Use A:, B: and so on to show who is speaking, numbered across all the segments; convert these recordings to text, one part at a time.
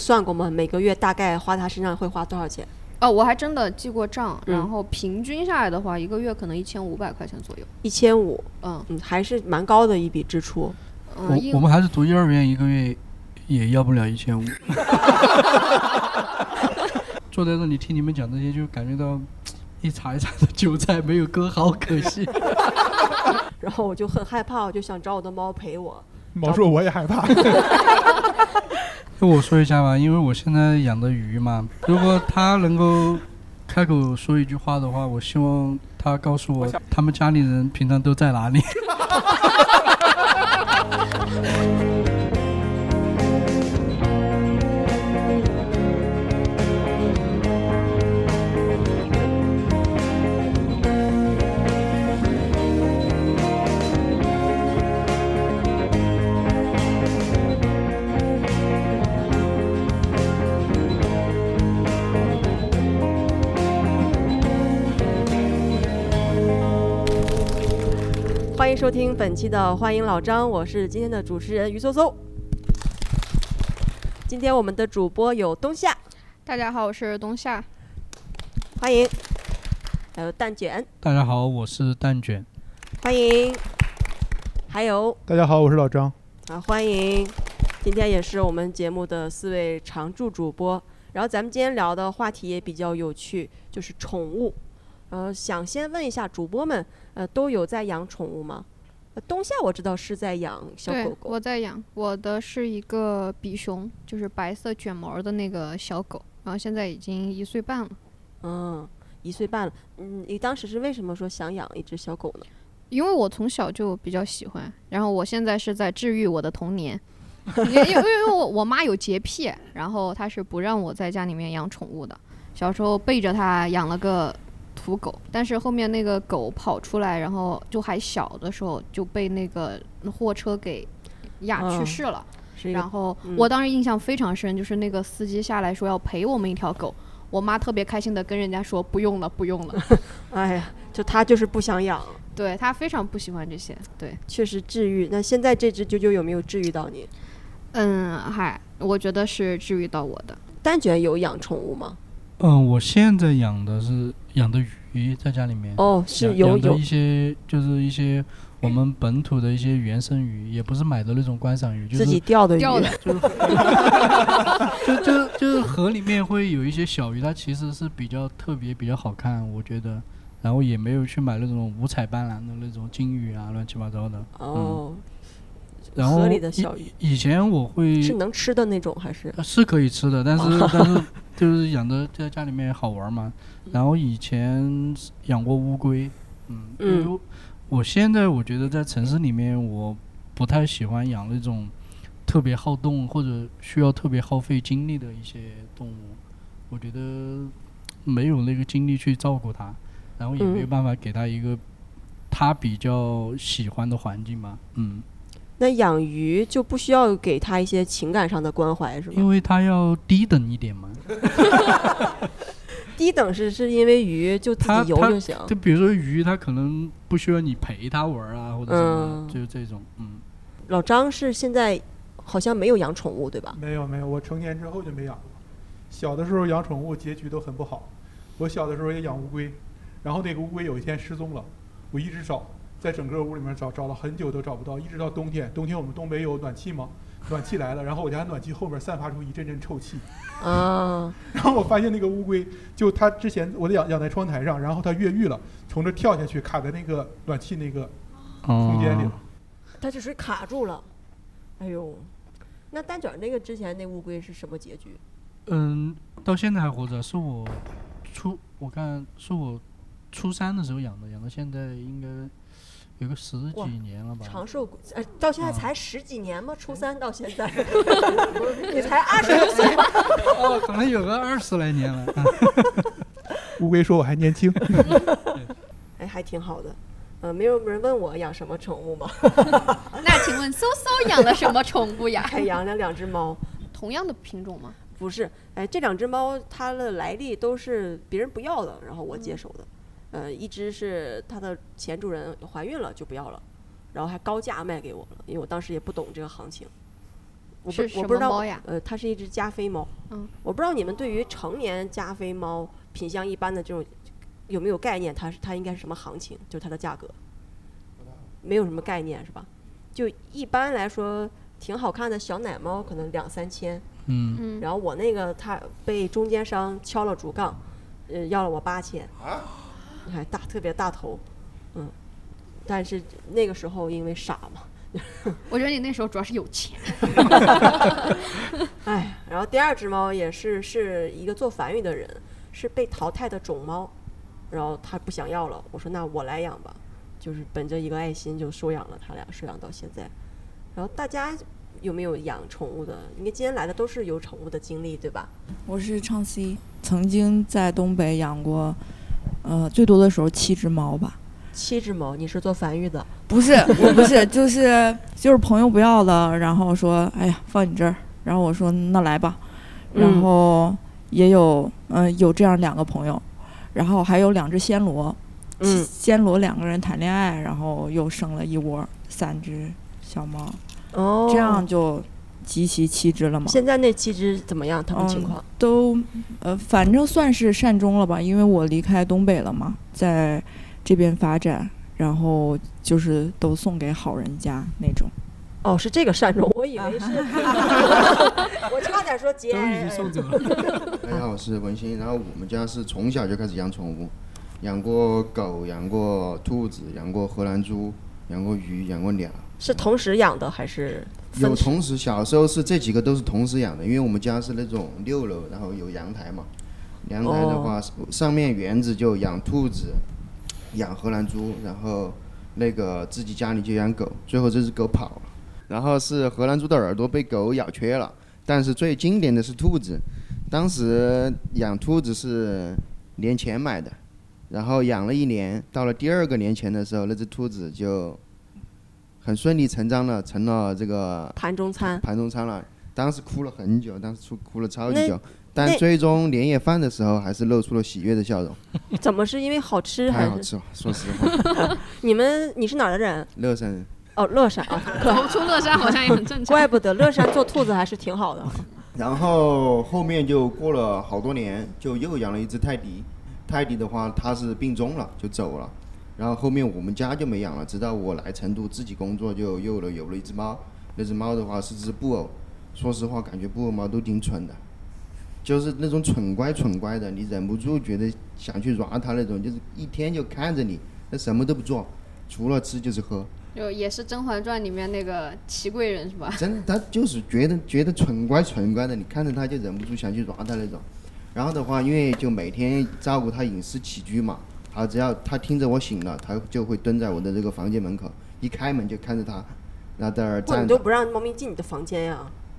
A: 算过吗？每个月大概花他身上会花多少钱？
B: 哦，我还真的记过账，
A: 嗯
B: 然后平均下来的话，一个月可能一千五百块钱左右。
A: 一千五，
B: 嗯
A: 嗯，还是蛮高的一笔支出。
B: 嗯，
C: 我
B: 因
C: 我们还是读幼儿园，一个月也要不了一 千五。坐在这里听你们讲这些，就感觉到一茬一茬的韭菜没有割，好可 惜。
A: 然后我就很害怕，我就想找我的猫陪我。
D: 毛说我也害怕，
C: 那我说一下吧，因为我现在养的鱼嘛，如果它能够开口说一句话的话，我希望它告诉我他们家里人平常都在哪里。
A: 欢迎收听本期的《欢迎老张》，我是今天的主持人于嗖嗖。今天我们的主播有冬夏，
B: 大家好，我是冬夏。
A: 欢迎；还有蛋卷，
C: 大家好，我是蛋卷。
A: 欢迎；还有
D: 大家好，我是老张。
A: 啊，欢迎！今天也是我们节目的四位常驻主播。然后咱们今天聊的话题也比较有趣，就是宠物。呃，想先问一下主播们，呃，都有在养宠物吗？呃冬夏我知道是在养小
B: 对，
A: 狗狗，
B: 我在养，我的是一个比熊，就是白色卷毛的那个小狗，然后现在已经一岁半了。
A: 嗯，一岁半了。嗯，你当时是为什么说想养一只小狗呢？
B: 因为我从小就比较喜欢，然后我现在是在治愈我的童年，因为因为因为我我妈有洁癖，然后她是不让我在家里面养宠物的。小时候背着她养了个土狗，但是后面那个狗跑出来，然后就还小的时候就被那个货车给压去
A: 嗯
B: 世了。
A: 是一个
B: 然后
A: 嗯
B: 我当时印象非常深，就是那个司机下来说要赔我们一条狗，我妈特别开心的跟人家说不用了，不用了。
A: 哎呀，就他就是不想养，
B: 对她非常不喜欢这些。对，
A: 确实治愈。那现在这只啾啾有没有治愈到你？
B: 嗯，嗨，我觉得是治愈到我的。
A: 蛋卷有养宠物吗？
C: 嗯，我现在养的是养的鱼，在家里面。
A: 哦，是
C: 养
A: 有
C: 养的
A: 有
C: 一些就是一些我们本土的一些原生鱼，也不是买的那种观赏鱼，就
A: 自
C: 是
A: 己钓的鱼，
B: 钓的
C: 就就就是河里面会有一些小鱼，它其实是比较特别、比较好看，我觉得。然后也没有去买那种五彩斑斓的那种金鱼啊，乱七八糟的。嗯
A: 哦，
C: 然后
A: 河里的小
C: 以以前我会
A: 是能吃的那种还是？
C: 呃嗯是可以吃的，但
A: 哦
E: 哦
C: 是 但 是就是养的在家里面好玩嘛。
A: 嗯
C: 然后以前养过乌龟，嗯，
A: 嗯
C: 因为我现在我觉得在城市里面，我不太喜欢养那种特别好动或者需要特别耗费精力的一些动物，我觉得没有那个精力去照顾它，然后也没有
A: 嗯
C: 办法给它一个它比较喜欢的环境嘛，嗯。
A: 那养鱼就不需要给它一些情感上的关怀是吗？
C: 因为它要低等一点嘛。
A: 低等是是因为鱼就自
C: 它
A: 己游
C: 它
A: 就行。
C: 就比如说鱼，它可能不需要你陪它玩儿啊，或者什么
A: 嗯
C: 的，就是这种，嗯。
A: 老张是现在 好像没有养宠物对吧？
D: 没有没有，我成年之后就没养过。小的时候养宠物结局都很不好。我小的时候也养乌龟，然后那个乌龟有一天失踪了，我一直找，在整个屋里面找，找了很久都找不到，一直到冬天。冬天我们东北有暖气 嘛，暖气来了，然后我家暖气后面散发出一阵阵臭气，
A: 啊，
D: 然后我发现那个乌龟，就它之前我养养在窗台上，然后它越狱了，从这跳下去卡在那个暖气那个空间里
A: 哦
D: 了。
A: 它就是卡住了。哎呦，那蛋卷那个之前那乌龟是什么结局？
C: 嗯，到现在还活着，是我初我看是我初三的时候养的，养到现在应该有个十几
A: 哇
C: 年了吧。
A: 长寿龟，呃，到现在
C: 啊
A: 才十几年吗？初三到现在， 你才二十多岁吧？
C: 哦，可能有个二十来年了。嗯
D: 乌龟说我还年轻，
A: 哎，还挺好的。呃，没有人问我养什么宠物吗？
B: 那请问搜搜养了什么宠 物呀？
A: 还养了两只猫。
B: 同样的品种吗？
A: 不是，哎，这两只猫它的来历都是别人不要的，然后我接手的。呃，一只是它的前主人怀孕了就不要了，然后还高价卖给我了，因为我当时也不懂这个行情。我不
B: 是
A: 我
B: 什么
A: 不知道
B: 猫，呀？
A: 呃，它是一只加菲猫。
B: 嗯，
A: 我不知道你们对于成年加菲猫品相一般的这种有没有概念？它是它应该是什么行情？就是它的价格，没有什么概念是吧？就一般来说，挺好看的小奶猫可能两三千，
C: 嗯，
B: 嗯，
A: 然后我那个它被中间商敲了竹杠，呃，要了我八千，你看大特别大头，嗯，但是那个时候因为傻嘛，
B: 我觉得你那时候主要是有 钱。
A: 哎，然后第二只猫也是是一个做繁育的人，是被淘汰的种猫，然后他不想要了，我说那我来养吧，就是本着一个爱心就收养了他俩，收养到现在。然后大家有没有养宠物的？应该今天来的都是有宠物的经历对吧？
F: 我是唱 C，曾经在东北养过，呃，最多的时候七只猫吧。
A: 七只猫，你是做繁育的，
F: 不是，我不是，就是 就是朋友不要了，然后说，哎呀，放你这儿，然后我说那来吧，然后也有，嗯、有这样两个朋友，然后还有两只暹罗，
A: 嗯，
F: 暹罗两个人谈恋爱，然后又生了一窝三只小猫，
A: 哦
F: 这样就集齐七只了嘛。
A: 现在那七只怎么样？它们情
F: 嗯
A: 况？
F: 都呃，反正算是善终了吧，因为我离开东北了嘛，在这边发展，然后就是都送给好人家那种。
A: 哦，是这个善
F: 嗯
A: 终，我以为 是，我差点说节
C: 都已经送走了。
E: 哎 大家好，我是文心。然后我们家是从小就开始养宠物，养过狗，养过兔子，养过荷兰猪，养过鱼，养过鸟。
A: 是同时养的还是分
E: 有
A: 开？
E: 同时，小时候是这几个都是同时养的，因为我们家是那种六楼，然后有阳台嘛。阳台的话，上面园子就养兔子，养荷兰猪，然后那个自己家里就养狗。最后这只狗跑了，然后是荷兰猪的耳朵被狗咬缺了。但是最经典的是兔子，当时养兔子是年前买的，然后养了一年，到了第二个年前的时候，那只兔子就很顺理成章的成了这个
A: 盘中餐。
E: 盘中餐了。当时哭了很久，当时哭哭了超级
A: 那
E: 久，但最终年夜饭的时候还是露出了喜悦的笑容，
A: 怎么是因为好吃还
E: 太
A: 是？
E: 好吃了。说实话，
A: 你们你是哪儿的人？
E: 乐山人。
A: 哦，乐山 啊，
B: 走出乐山好像也很正常。
A: 怪不得乐山做兔子还是 挺好的。
E: 然后后面就过了好多年，就又养了一只泰迪。泰迪的话，它是病重了，就走了。然后后面我们家就没养了，直到我来成都自己工作，就又了有了一只猫。那只猫的话是只布偶，说实话，感觉布偶猫都挺蠢的，就是那种蠢乖蠢乖的，你忍不住觉得想去抓它那种，就是一天就看着你，那什么都不做，除了吃就是喝。
B: 就也是《甄嬛传》里面那个祺贵人是吧？
E: 真的，他就是觉得觉得蠢乖蠢乖的，你看着他就忍不住想去抓他那种。然后的话，因为就每天照顾他饮食起居嘛，他只要他听着我醒了，他就会蹲在我的这个房间门口，一开门就看着他，然后在那儿
A: 不，你
E: 站
A: 都
E: 着。
A: 不让猫咪进你的房间呀、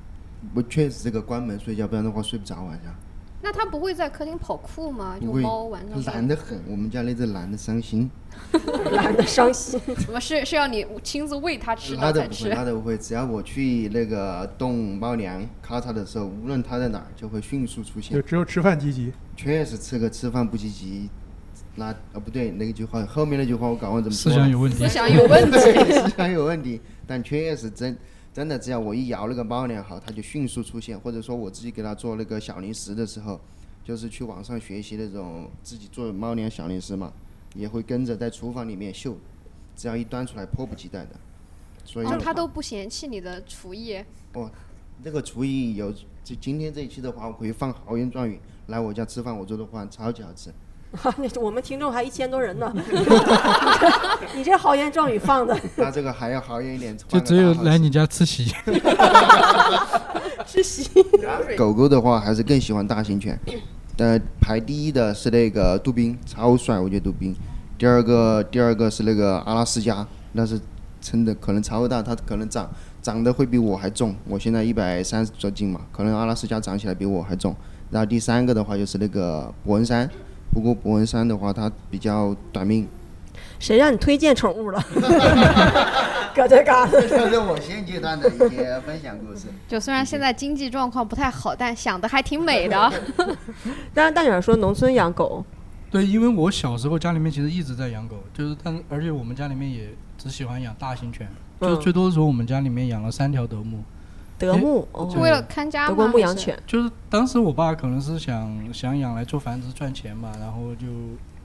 E: 我确实这个关门睡觉，不然的话睡不着晚上。
B: 那它不会在客厅跑酷吗？啊就
E: 不会
B: 猫晚上，
E: 懒得很。我们家那只懒得伤心，
A: 懒得伤心。
B: 什么是是要你亲自喂它吃
E: 拉
B: 它
E: 都
B: 才
E: 不会，
B: 吃？
E: 拉都不会。只要我去那个动猫粮咔嚓的时候，无论它在哪儿，就会迅速出现
D: 就。只有吃饭积极。
E: 确实吃个吃饭不积极，那啊不对，那个句话后面那句话我搞忘怎么
C: 思
E: 说
C: 想
E: 了，
C: 有问题
B: 思，想有 问题。
E: 思想有问题。但确实真真的，只要我一摇那个猫粮好，它就迅速出现，或者说我自己给它做那个小零食的时候，就是去网上学习那种自己做猫粮小零食嘛，也会跟着在厨房里面秀，只要一端出来，迫不及待的。所以
B: 哦，
E: 的
B: 它
E: 话
B: 都不嫌弃你的厨艺，
E: 那个厨艺有，就今天这一期的话，我可以放豪言壮语，来我家吃饭，我做的饭超级好吃。
A: 那我们听众还一千多 人呢，你这豪言壮语放的
E: 那这个还要豪言一点，
C: 就
E: 换个
C: 只有
E: 大号
C: 来
E: 吃
C: 你家吃席。
A: 是喜。
E: 狗狗的话，还是更喜欢大型犬。呃，排第一的是那个杜宾，超帅，我觉得杜宾。第二个，第二个是那个阿拉斯加，那是真的可能超大，它可能长长得会比我还重。我现在一百三十多斤嘛，可能阿拉斯加长起来比我还重。然后第三个的话就是那个伯恩山，不过伯恩山的话它比较短命。
A: 谁让你推荐 宠物了？搁这嘎达。
E: 这是 我现阶段的一些分享故事。
B: 就虽然现在经济状况不太好，但想的还挺美的。
A: 但是大远说农村养狗，
C: 对，因为我小时候家里面其实一直在养狗，就是但而且我们家里面也只喜欢养大型犬，就是
A: 嗯
C: 最多的时候我们家里面养了三条德牧，
A: 德牧，
C: 对
B: 是
A: 哦，
B: 为了看家吗？
A: 德国牧
B: 还
A: 羊
B: 是，
A: 犬，
C: 就是当时我爸可能是想想养来做繁殖赚钱嘛，然后就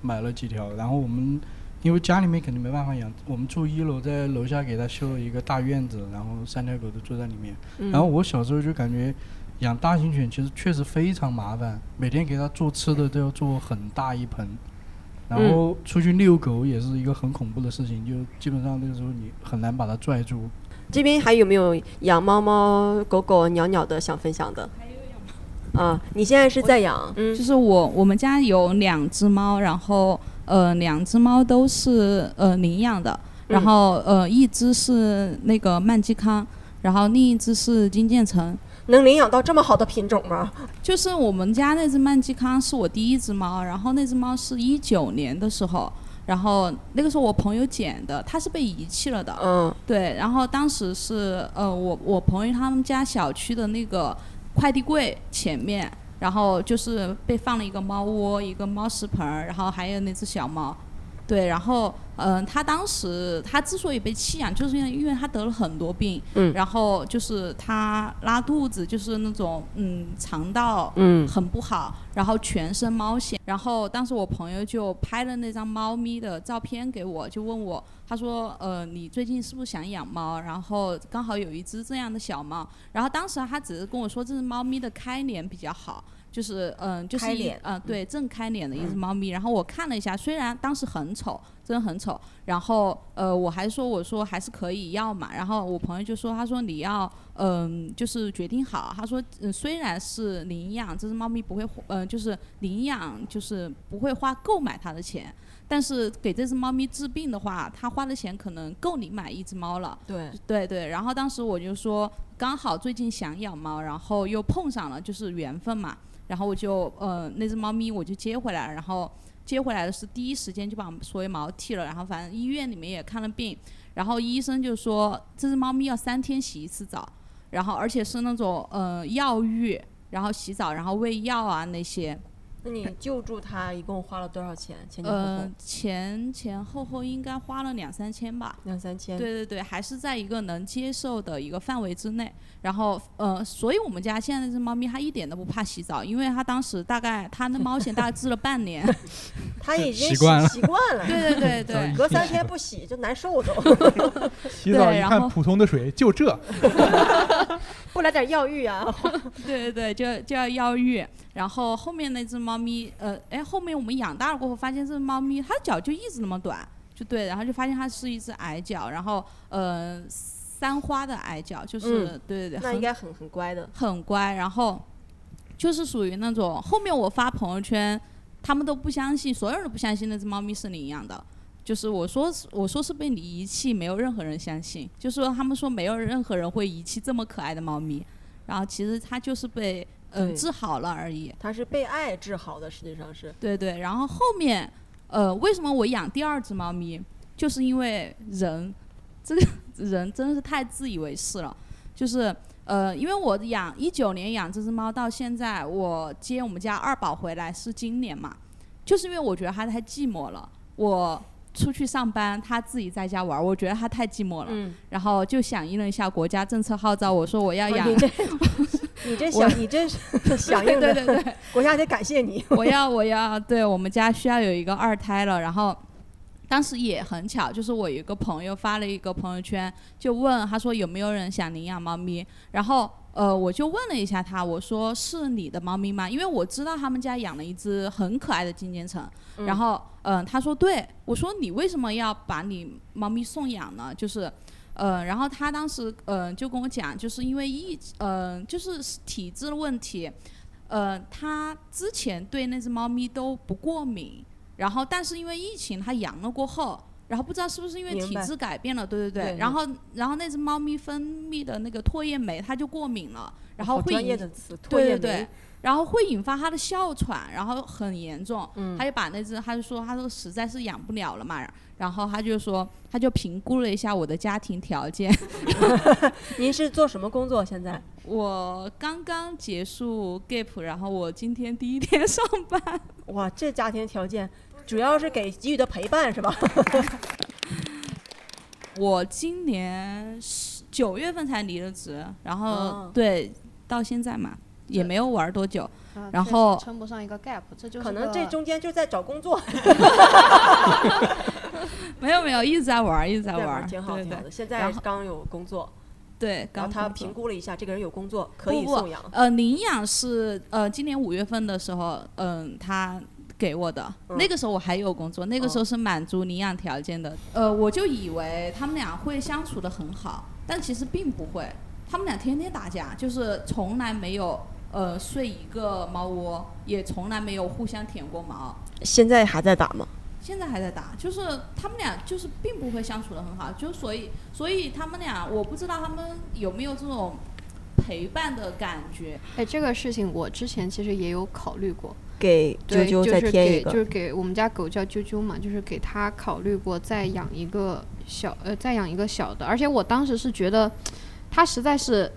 C: 买了几条。然后我们因为家里面肯定没办法养，我们住一楼，在楼下给它修了一个大院子，然后三条狗都住在里面。
A: 嗯
C: 然后我小时候就感觉养大型犬其实确实非常麻烦，每天给它做吃的都要做很大一盆，然
A: 嗯
C: 后出去遛狗也是一个很恐怖的事情，就基本上那个时候你很难把它拽住。
A: 这边还有没有养猫猫、狗狗、鸟鸟的想分享的？啊，你现在是在养，嗯
G: 就是我我们家有两只猫，然后呃两只猫都是呃领养的，然后呃一只是那个曼基康，然后另一只是金渐层。
A: 能领养到这么好的品种吗？
G: 就是我们家那只曼基康是我第一只猫，然后那只猫是一九年的时候，然后那个时候我朋友捡的，它是被遗弃了的，
A: 嗯
G: 对，然后当时是呃，我我朋友他们家小区的那个快递柜前面，然后就是被放了一个猫窝、一个猫食盆儿，然后还有那只小猫。对，然后嗯、呃他当时他之所以被弃养，就是因为因为他得了很多病，
A: 嗯
G: 然后就是他拉肚子，就是那种嗯肠道
A: 嗯
G: 很不好，然后全身猫癣。然后当时我朋友就拍了那张猫咪的照片给我，就问我，他说，呃，你最近是不是想养猫？然后刚好有一只这样的小猫。然后当时啊他只是跟我说，这只猫咪的开脸比较好。就是嗯、呃就是
A: 开
G: 一
A: 脸嗯
G: 呃，对，正开脸的一只猫咪。然后我看了一下，虽然当时很丑，真的很丑。然后呃，我还说我说还是可以要嘛。然后我朋友就说，他说你要嗯，就是决定好。他说，嗯，虽然是领养，这只猫咪不会花，呃，就是领养，就是不会花购买它的钱，但是给这只猫咪治病的话，它花的钱可能够你买一只猫了。
A: 对，
G: 对对，然后当时我就说，刚好最近想养猫，然后又碰上了，就是缘分嘛。然后我就呃，那只猫咪我就接回来了，然后接回来的是第一时间就把所有毛剃了，然后反正医院里面也看了病，然后医生就说这只猫咪要三天洗一次澡，然后而且是那种呃药浴，然后洗澡，然后喂药啊那些，
A: 那你救助它一共花了多少钱？前前后后
G: 呃前前后后应该花了两三千吧。
A: 两三千，
G: 对对对，还是在一个能接受的一个范围之内。然后，呃，所以我们家现在那只猫咪，它一点都不怕洗澡，因为它当时大概它那猫癣大概治了半年。
A: 它已经
C: 习惯了
A: 习惯了，
G: 对对对 对，
A: 隔 三天不洗就难受都，
D: 洗澡
G: 对
D: 一
G: 然
D: 看
G: 后
D: 普通的水，就这，
A: 不来点药浴啊？
G: 对对对，就就要药浴。然后后面那只猫咪，呃，哎，后面我们养大了过后，发现这只猫咪它脚就一直那么短，就对，然后就发现它是一只矮脚，然后呃，三花的矮脚，就是、
A: 嗯
G: 对对对，
A: 那
G: 很
A: 应该很很乖的，
G: 很乖，然后就是属于那种后面我发朋友圈，他们都不相信，所有人都不相信那只猫咪是领养的。就是我说是我说是被你遗弃，没有任何人相信。就说他们说没有任何人会遗弃这么可爱的猫咪，然后其实它就是被嗯、
A: 对
G: 治好了而已。
A: 它是被爱治好的，实际上是，
G: 对对，然后后面，呃，为什么我养第二只猫咪，就是因为人，这个人真的是太自以为是了，就是呃，因为我养一九年养这只猫到现在，我接我们家二宝回来是今年嘛，就是因为我觉得它太寂寞了，我出去上班，它自己在家玩儿，我觉得它太寂寞了，
A: 嗯，哦
G: 然后就响应了一下国家政策号召，我说我要养，
A: 你这你这
G: 我
A: 响你这 响应
G: 对
A: 的，
G: 对对。
A: 国家得感谢你，
G: 我要我要，对我们家需要有一个二胎了，然后。当时也很巧，就是我有一个朋友发了一个朋友圈，就问他说有没有人想领养猫咪，然后呃我就问了一下他，我说是你的猫咪吗？因为我知道他们家养了一只很可爱的金渐层，
A: 嗯
G: 然后嗯、呃他说对，我说你为什么要把你猫咪送养呢？就是呃然后他当时呃就跟我讲，就是因为一呃就是体质的问题，呃，他之前对那只猫咪都不过敏，然后但是因为疫情，他阳了过后，然后不知道是不是因为
A: 明
G: 体
A: 白
G: 质改变了，对对对，
A: 对对
G: 然后然后那只猫咪分泌的那个唾液酶，它就过敏了，然后
A: 好
G: 会
A: 专业
G: 引
A: 的词，唾
G: 对对
A: 液
G: 对
A: 酶，，
G: 然后会引发他的哮喘，然后很严重。
A: 嗯
G: 他就把那只，他就说，他说实在是养不了了嘛，然后他就说，他就评估了一下我的家庭条件，
A: 您是做什么工作现在？
G: 我刚刚结束 gap，然后我今天第一天上班，
A: 哇，这家庭条件主要是给给 予的陪伴是吧？
G: 我今年十九月份才离的职，然后、
A: 哦
G: 对到现在嘛也
B: 对
G: 没有玩儿多久，
B: 啊
G: 然
B: 确实
G: 后
B: 称不上一个 gap，这就是
A: 可能这
B: 个
A: 中间就在找工 作，
G: 没有没有一直在玩儿一直在
A: 对
G: 玩
A: 玩
G: 儿，
A: 儿挺好
G: 对
A: 挺
G: 对
A: 好的。现在
G: 然后
A: 刚有工作，
G: 对，
A: 然
G: 刚
A: 后他
G: 工作
A: 评估了一下，这个人有工作可以
G: 不不
A: 送养。
G: 呃，领养是呃，今年五月份的时候，嗯、他给我的、
A: 嗯
G: 那个时候我还有工作，那个时候是满足领养条件的。呃，我就以为他们俩会相处的很好，但其实并不会。他们俩天天打架，就是从来没有呃睡一个猫窝，也从来没有互相舔过毛。
A: 现在还在打吗？
G: 现在还在打，就是他们俩就是并不会相处的很好，就所以所以他们俩我不知道他们有没有这种陪伴的感觉，
B: 哎，这个事情我之前其实也有考虑过，
A: 给啾
B: 对，
A: 啾
B: 就
A: 再
B: 是
A: 添
B: 给
A: 一个，
B: 就是给我们家狗叫啾啾嘛，就是给它考虑过再养一个小呃再养一个小的，而且我当时是觉得它实在是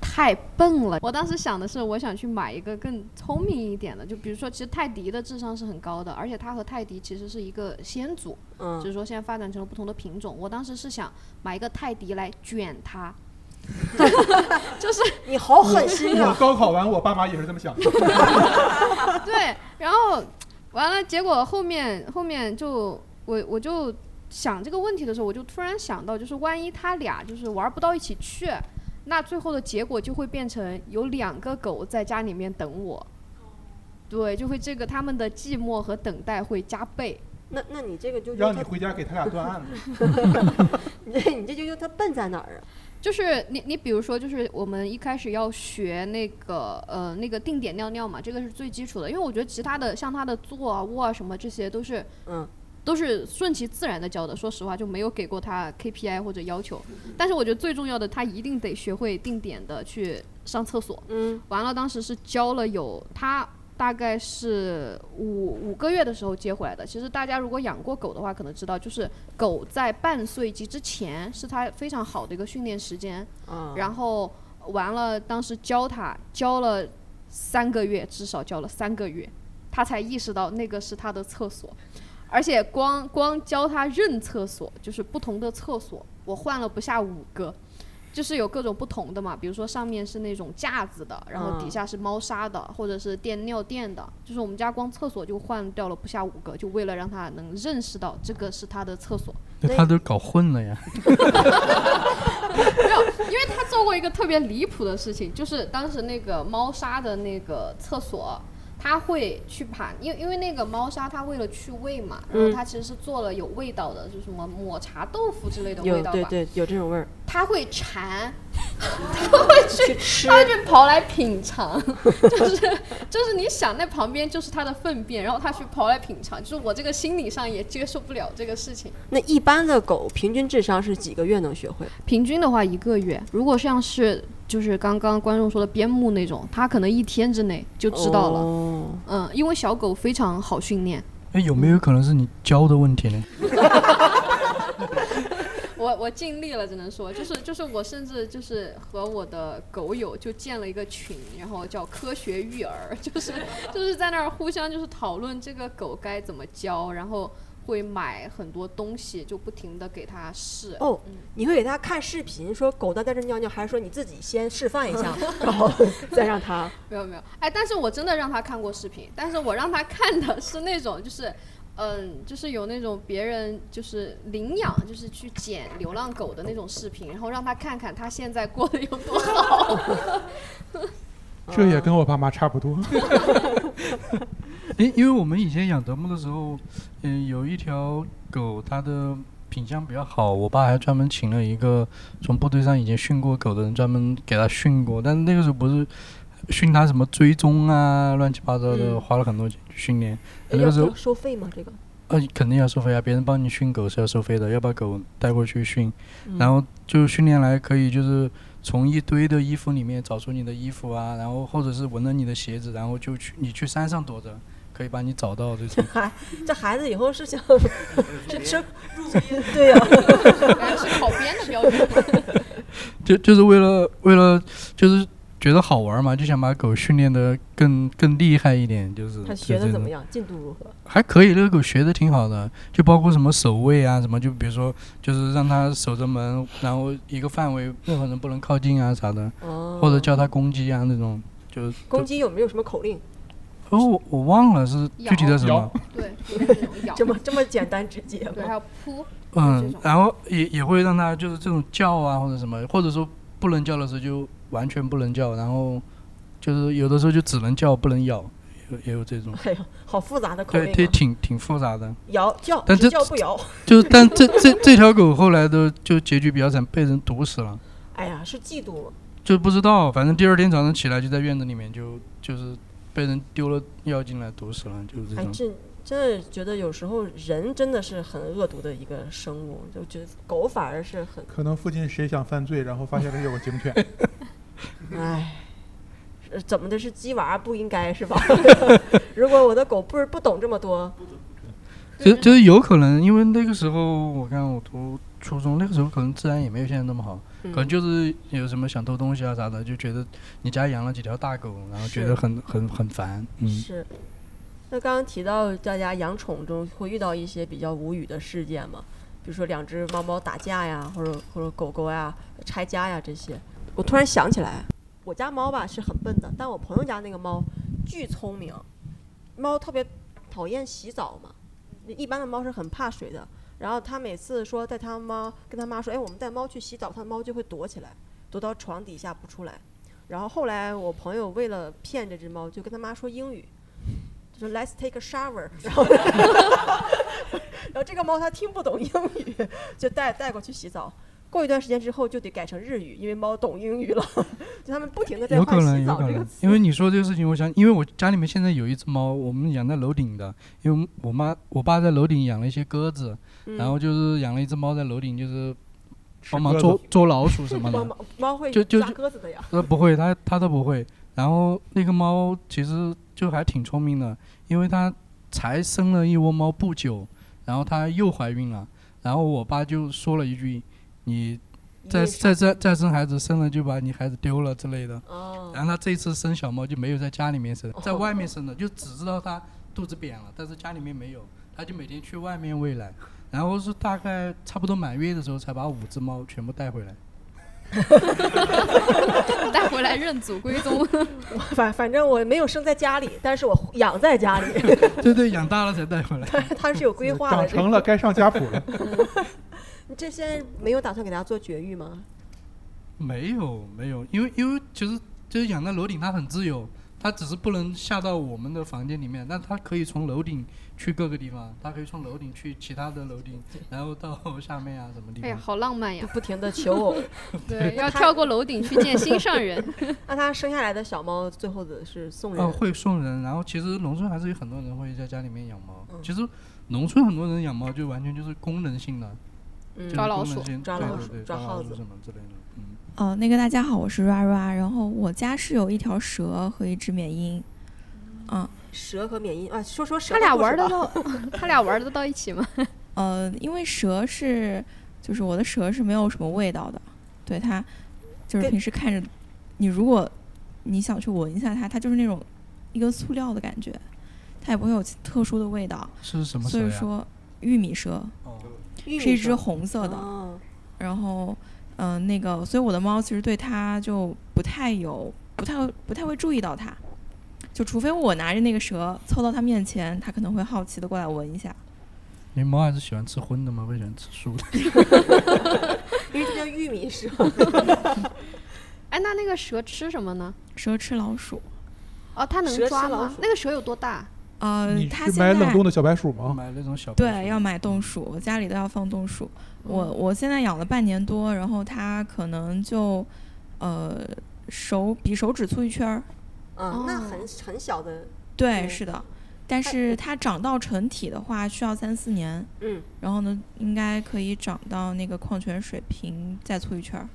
B: 太笨了，我当时想的是我想去买一个更聪明一点的，就比如说其实泰迪的智商是很高的，而且它和泰迪其实是一个先祖，只
A: 嗯，
B: 是说现在发展成了不同的品种。我当时是想买一个泰迪来卷 它， 就是
A: 你
F: 哦
A: 好狠心
D: 我
A: 啊！
D: 高考完，我爸妈也是这么想的。
B: 对，然后完了，结果后面后面就我我就想这个问题的时候，我就突然想到，就是万一他俩就是玩不到一起去，那最后的结果就会变成有两个狗在家里面等我。对，就会这个他们的寂寞和等待会加倍。
A: 那那你这个啾啾
D: 让你
A: 他，
D: 回家给 他俩断案了。
A: 你这 你这啾啾他笨在哪儿啊？
B: 就是你你比如说，就是我们一开始要学那个呃那个定点尿尿嘛，这个是最基础的，因为我觉得其他的像他的坐啊卧啊什么这些都是
A: 嗯，
B: 都是顺其自然的教的。说实话，就没有给过他 KPI 或者要求。但是我觉得最重要的，他一定得学会定点的去上厕所。
A: 嗯，
B: 完了，当时是教了有他大概是五五个月的时候接回来的。其实大家如果养过狗的话，可能知道，就是狗在半岁及之前是它非常好的一个训练时间。
A: 啊，
B: 然后完了，当时教他教了三个月，至少教了三个月，他才意识到那个是他的厕所，而且光光教他认厕所，就是不同的厕所，我换了不下五个。就是有各种不同的嘛，比如说上面是那种架子的，然后底
A: 嗯
B: 下是猫砂的，或者是垫尿垫的。就是我们家光厕所就换掉了不下五个，就为了让他能认识到这个是他的厕所。
C: 那他都搞混了 呀。
B: 没有，因为他做过一个特别离谱的事情，就是当时那个猫砂的那个厕所，他会去把，因为因为那个猫砂，它为了去味嘛，然后
A: 嗯
B: 它其实是做了有味道的，就什么抹茶豆腐之类的
A: 有
B: 味道
A: 对
B: 吧，
A: 对有这种味儿，
B: 它会 馋，它会去
A: 去吃
B: 他就跑来品尝，就是就是你想那旁边就是他的粪便，然后他去跑来品尝，就是我这个心理上也接受不了这个事情。
A: 那一般的狗平均智商是几个月能学会？
B: 平均的话一个月，如果像是就是刚刚观众说的边牧那种，它可能一天之内就知道了。
A: 哦，
B: 嗯，因为小狗非常好训练，
C: 哎，有没有可能是你教的问题呢？
B: 我我尽力了，只能说就是就是我甚至就是和我的狗友就建了一个群，然后叫科学育儿， 就是就是在那儿互相就是讨论这个狗该怎么教，然后会买很多东西，就不停的给它试。
A: 哦
B: 嗯，
A: 你会给它看视频，说狗在在这尿尿，还是说你自己先示范一下，然后再 让它？
B: 没有没有，哎，但是我真的让他看过视频，但是我让他看的是那种就是。嗯，就是有那种别人就是领养，就是去捡流浪狗的那种视频，然后让他看看他现在过得有多 好。
D: 这也跟我爸妈差不多。
C: 哎，因为我们以前养德牧的时候，嗯、有一条狗，它的品相比较好，我爸还专门请了一个从部队上以前训过狗的人，专门给它训过。但是那个时候不是训它什么追踪啊，乱七八糟的，
A: 嗯
C: 花了很多钱去训练。
A: 哎
C: 那个
A: 要
C: 时候
A: 要收费吗？这个。
C: 呃，肯定要收费啊！别人帮你训狗是要收费的，要把狗带过去训，然后就训练来可以就是从一堆的衣服里面找出你的衣服啊，然后或者是闻了你的鞋子，然后就去你去山上躲着，可以把你找到这种
A: 孩这孩子以 后是想是是对呀、
B: 感觉是考编的标准。
C: 就就是为了为了就是觉得好玩嘛，就想把狗训练的更更厉害一点，就是
A: 它学
C: 就
A: 的
C: 这
A: 怎
C: 种
A: 么样？进度如何？
C: 还可以，那个狗学的挺好的，就包括什么守卫啊，什么就比如说就是让它守着门，然后一个范围任何人不能靠近啊啥的，
A: 哦，
C: 或者叫它攻击啊那种，就是
A: 公鸡有没有什么口令？
C: 哦我我忘了是具体的什么
D: 咬，
B: 对，就是那种咬，
A: 这么这么简单直接
B: 对，
A: 吗？
B: 还有扑，这
C: 嗯
B: 种，
C: 然后也也会让它就是这种叫啊或者什么，或者说不能叫的时候就完全不能叫，然后就是有的时候就只能叫不能咬，也有也有这种，
A: 哎呀，好复杂的口
C: 对，挺
A: 令、啊，
C: 挺挺复杂的。
A: 摇叫，
C: 但
A: 只
C: 这
A: 叫不摇。
C: 就是，但这这这条狗后来都就结局比较惨，被人毒死了，
A: 哎呀，是嫉妒吗？
C: 就不知道。反正第二天早上起来就在院子里面就就是被人丢了药进来毒死了，就是这
A: 哎，
C: 种。
A: 这真的觉得有时候人真的是很恶毒的一个生物，就觉得狗反而是 很
D: 可能附近谁想犯罪，然后发现这有个警犬，
A: 唉，是哎呃怎么的是鸡娃不应该是吧？ 如果我的狗不不懂这么多，
C: 嗯就就是有可能，因为那个时候我看我读初中，那个时候可能治安也没有现在那么好，可能
A: 嗯，
C: 就是有什么想偷东西啊啥的，就觉得你家养了几条大狗，然后觉
A: 是
C: 得很很很烦。嗯，
A: 是。那刚刚提到大家养宠中会遇到一些比较无语的事件嘛，比如说两只猫猫打架呀，或者或者狗狗呀拆家呀这些。我突然想起来，我家猫吧是很笨的，但我朋友家那个猫巨聪明，猫特别讨厌洗澡嘛，一般的猫是很怕水的。然后它每次说带它妈跟它妈说，哎，我们带猫去洗澡，它猫就会躲起来，躲到床底下不出来。然后后来我朋友为了骗这只猫，就跟他妈说英语，就说 Let's take a shower，然 后然后这个猫它听不懂英语，就带带过去洗澡。过一段时间之后就得改成日语，因为猫懂英语了。 就他们不停的在
C: 有
A: 换
C: 可能，
A: 洗
C: 有
A: 澡
C: 可
A: 这个
C: 能。
A: 词，
C: 因为你说这个事情，我想，因为我家里面现在有一只猫，我们养在楼顶的，因为我妈我爸在楼顶养了一些鸽子，
A: 嗯
C: 然后就是养了一只猫在楼顶，就是帮忙
D: 鸽
C: 捉捉老鼠什么
A: 猫
C: 的。
A: 猫猫会
C: 就就
A: 抓
C: 就
A: 鸽子的呀。
C: 呃，不会，它它都不会。然后那个猫其实就还挺聪明的，因为它才生了一窝猫不久，然后它又怀孕了。然后我爸就说了一句：“你再
A: 一定是
C: 再再再生孩子，生了就把你孩子丢了之类的。”
A: 哦，
C: 然后他这次生小猫就没有在家里面生
A: 哦，
C: 在外面生的，就只知道它肚子扁了，但是家里面没有，他就每天去外面喂奶，然后是大概差不多满月的时候才把五只猫全部带回来。
B: 带回来认祖归宗。
A: 我 反反正我没有生在家里，但是我养在家里，
C: 对对，养大了才带回来。
A: 它是有规划的。
D: 长成了该上家谱了。
A: 你这现在没有打算给它做绝育吗？
C: 没有没有，因为因为其实就是养在楼顶，它很自由，它只是不能下到我们的房间里面，但它可以从楼顶去各个地方，它可以从楼顶去其他的楼顶，然后到下面啊什么地
B: 哎呀，
C: 方。
B: 好浪漫呀！
A: 不停的求偶，
B: 对，要
A: 他
B: 跳过楼顶去见心上人。
A: 那它生下来的小猫最后的是送人。
C: 呃，会送人。然后其实农村还是有很多人会在家里面养猫。
A: 嗯
C: 其实农村很多人养猫就完全就是功能性的，
A: 嗯
C: 就是
B: 抓老
C: 功能
B: 鼠
C: 性
A: 抓
C: 对
A: 老
C: 对
A: 鼠
C: 对
A: 抓
C: 抓
A: 耗
C: 耗
A: 子
C: 什么之类的。嗯，
F: 哦，那个大家好，我是 Rara，然后我家是有一条蛇和一只缅因，嗯
A: 蛇和缅因啊，说说蛇
B: 他
A: 的故
B: 俩玩
A: 事吧。
B: 得到，他俩玩得到一起吗？
F: 呃，因为蛇是，就是我的蛇是没有什么味道的，对它，就是
A: 跟
F: 平时看着，你如果你想去闻一下它，它就是那种一个塑料的感觉，它也不会有其特殊的味道，
C: 是什么
F: 所
C: 蛇
F: 以
C: 呀？
F: 说玉米蛇
C: 哦，
A: 玉米
F: 是一只
A: 蛇
F: 红色的，
A: 哦
F: 然后嗯、呃那个，所以我的猫其实对它就不太有，不太不太会注意到它。就除非我拿着那个蛇凑到它面前，它可能会好奇的过来闻一下。
C: 你猫还是喜欢吃荤的吗？不喜欢吃素的？
A: 因为它叫玉米蛇。
B: 哎，那那个蛇吃什么呢？
F: 蛇吃老鼠，
B: 哦，它
A: 蛇
B: 能
A: 吃
B: 抓
A: 老
B: 吗
A: 鼠？
B: 那个蛇有多大？
F: 呃
D: 你，
F: 它
D: 去
F: 现
D: 买
F: 在
D: 冷冻的小白鼠吗？
C: 买那种小白
F: 对
C: 鼠
F: 要买冻鼠，我家里都要放冻鼠。
A: 嗯
F: 我我现在养了半年多，然后它可能就呃手比手指粗一圈儿，
A: 嗯，那
B: 哦
A: 很很小的，
F: 对，
A: 嗯
F: 是的。但
A: 它
F: 是它长到成体的话需要三四年，
A: 嗯，
F: 然后呢，应该可以长到那个矿泉水瓶再粗一圈儿，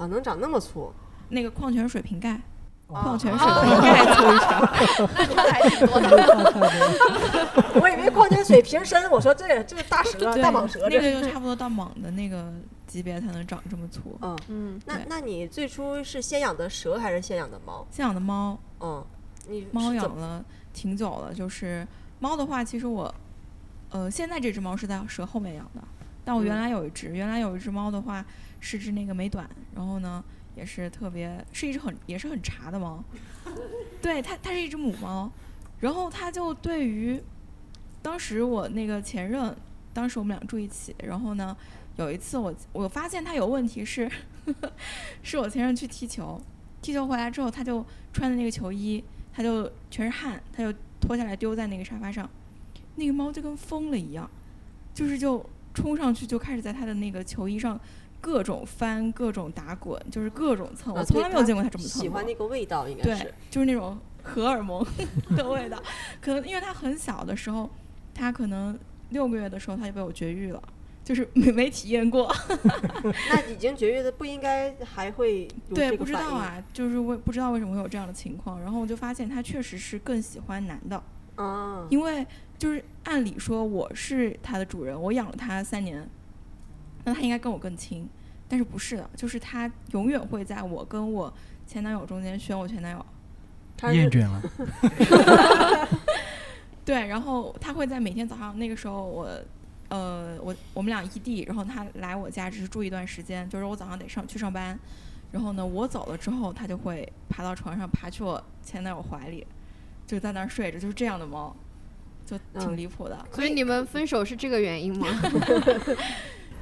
A: 啊，能长那么粗。
F: 那个矿泉水瓶盖，矿
A: 啊
F: 泉水瓶盖粗一圈儿。
B: 那它还挺多的。
A: 我以为矿泉水瓶深，我说这这是大蛇，
F: 对，
A: 大蟒蛇
F: 那
A: 这。
F: 个就差不多到蟒的那个级别才能长这么粗。
A: 嗯，
B: 嗯，
A: 那
F: 对
A: 那你最初是先养的蛇还是先养的猫？
F: 先养的猫，
A: 嗯，你
F: 猫
A: 是怎
F: 养
A: 么
F: 了挺久了，就是猫的话，其实我，呃，现在这只猫是在蛇后面养的，但我原
A: 嗯
F: 来有一只，原来有一只猫的话是只那个美短，然后呢也是特别是一只很也是很茶的 猫，对它它是一只母猫，然后它就对于当时我那个前任，当时我们俩住一起，然后呢有一次我我发现它有问题是是我前任去踢球。踢球回来之后，他就穿的那个球衣，他就全是汗，他就脱下来丢在那个沙发上，那个猫就跟疯了一样，就是就冲上去就开始在他的那个球衣上各种翻、各种打滚，就是各种蹭。
A: 啊
F: 我
A: 所
F: 从
A: 以
F: 来没有
A: 它
F: 见过它这么蹭过。
A: 喜欢那个味道？应该
F: 对
A: 是，
F: 就是那种荷尔蒙 的味道。可能因为它很小的时候，它可能六个月的时候它就被我绝育了，就是没没体验过。
A: 那已经绝育的不应该还会有
F: 对，
A: 这
F: 不
A: 个
F: 知
A: 反
F: 道
A: 应？
F: 啊，就是为不知道为什么会有这样的情况。然后我就发现它确实是更喜欢男的，
A: 啊，
F: 因为就是按理说我是它的主人，我养了它三年，那它应该跟我更亲。但是不是的，就是它永远会在我跟我前男友中间选我前男友，
A: 它
C: 厌
A: 是
C: 倦了，
F: 对，然后他会在每天早上那个时候我，呃，我我们俩异地，然后他来我家只是住一段时间，就是我早上得上去上班，然后呢我走了之后，他就会爬到床上爬去我前男友怀里，就在那儿睡着，就是这样的猫，就挺
A: 嗯
F: 离谱的。
B: 所以你们分手是这个原因吗？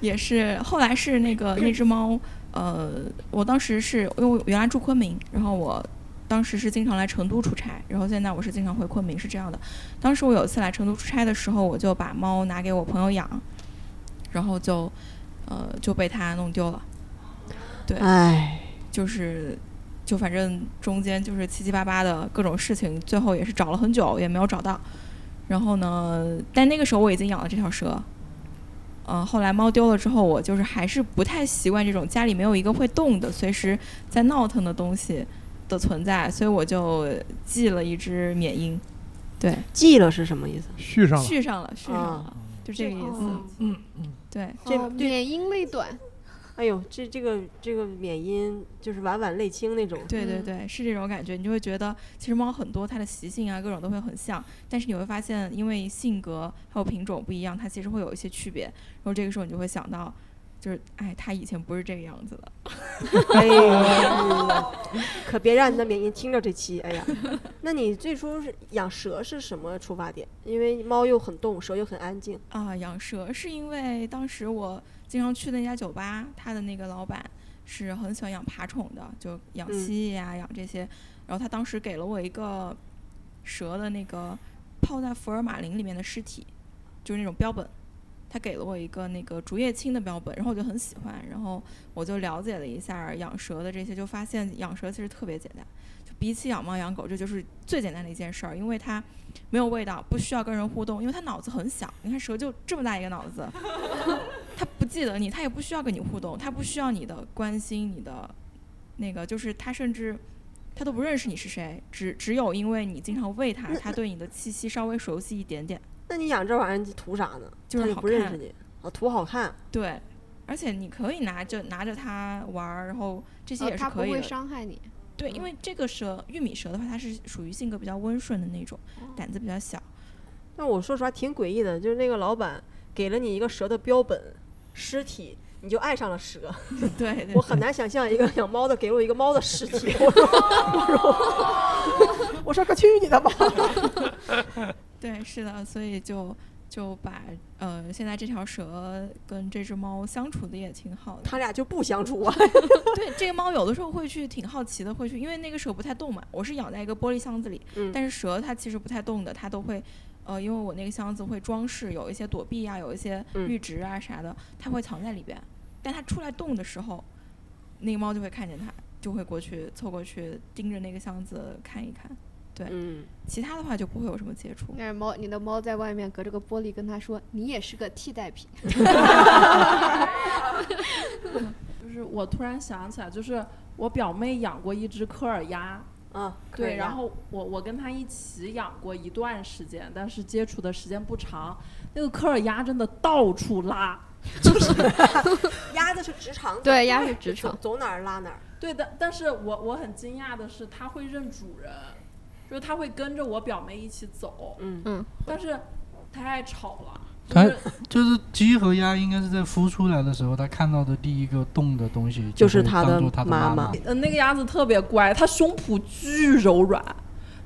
F: 也是后来是那个那只猫，呃，我当时是因为我原来住昆明，然后我当时是经常来成都出差，然后现在我是经常回昆明，是这样的。当时我有一次来成都出差的时候，我就把猫拿给我朋友养，然后就呃就被它弄丢了，
A: 唉，
F: 就是。就反正中间就是七七八八的各种事情，最后也是找了很久也没有找到。然后呢，但那个时候我已经养了这条蛇，呃，后来猫丢了之后，我就是还是不太习惯这种家里没有一个会动的、随时在闹腾的东西的存在，所以我就寄了一只缅因，对，
A: 记了是什么意思？
D: 续上了。
F: 续上了，续上了，就这个意思，嗯
B: 哦
F: 对，
A: 这
B: 哦缅因类短，
A: 哎呦，这这个这个缅因就是晚晚泪清那种。
F: 对对对，是这种感觉，你就会觉得其实猫很多，它的习性啊各种都会很像，但是你会发现，因为性格还有品种不一样，它其实会有一些区别，然后这个时候你就会想到，就是哎，它以前不是这个样子的，
A: 哎呀，可别让你的缅因听着这期。哎呀， 那你最初是养蛇是什么出发点？因为猫又很动，蛇又很安静。
F: 啊，养蛇是因为当时我经常去那家酒吧，他的那个老板是很喜欢养爬宠的，就养
A: 嗯
F: 蜥蜴呀、养这些。然后他当时给了我一个蛇的那个泡在福尔马林里面的尸体，就是那种标本。他给了我一个那个竹叶青的标本，然后我就很喜欢，然后我就了解了一下养蛇的这些，就发现养蛇其实特别简单，就比起养猫养狗，这就是最简单的一件事儿，因为它没有味道，不需要跟人互动，因为它脑子很小。你看蛇就这么大一个脑子，它不记得你，它也不需要跟你互动，它不需要你的关心，你的那个就是它甚至它都不认识你是谁，只只有因为你经常喂它，它对你的气息稍微熟悉一点点，
A: 那你养这玩意儿图啥呢？
F: 就是
A: 它又
F: 好
A: 不认
F: 看
A: 识你啊，图好看。
F: 对。而且你可以拿着拿着它玩儿，然后 这些
B: 呃
F: 也是
B: 它不
F: 可以
B: 会
F: 的。
B: 伤害你。
F: 对，
A: 嗯
F: 因为这个蛇玉米蛇的话，它是属于性格比较温顺的那种，胆子比较小。
A: 但我哦说实话挺诡异的，就是那个老板给了你一个蛇的标本尸体。你就爱上了蛇，
F: 对对
A: 我很难想象一个养猫的给我一个猫的尸体， 我说，我说，我说可去你的吧！
F: 对，是的，所以就就把呃，现在这条蛇跟这只猫相处的也挺好的。
A: 他俩就不相处啊，
F: 对，这个猫有的时候会去挺好奇的，会去，因为那个蛇不太动嘛。我是养在一个玻璃箱子里，
A: 嗯
F: 但是蛇它其实不太动的，它都会。呃，因为我那个箱子会装饰，有一些躲避啊，有一些
A: 嗯
F: 绿植啊啥的，它会藏在里边。但它出来动的时候，那个猫就会看见它，就会过去凑过去盯着那个箱子看一看。
A: 嗯，
F: 其他的话就不会有什么接触。
B: 但是猫，你的猫在外面隔着个玻璃跟它说：“你也是个替代 品。
H: 就是我突然想起来，就是我表妹养过一只科尔鸭，
B: 嗯
A: 啊，可以
H: 对，
A: 啊
H: 然后我我跟她一起养过一段时间，但是接触的时间不长。那个科尔鸭真的到处拉，
A: 鸭子是直肠，
B: 对鸭是直肠
A: 走走哪儿拉哪儿。
H: 对，但但是我我很惊讶的是，它会认主人，就是它会跟着我表妹一起走，
A: 嗯
H: 但是太爱吵了。
C: 它
H: 就是
C: 就是鸡和鸭应该是在孵出来的时候，它看到的第一个动的东西
A: 就是
C: 是
A: 它
C: 它
A: 的
C: 它
A: 妈
C: 妈
A: 妈。
H: 呃，那个鸭子特别乖，它胸脯巨柔软，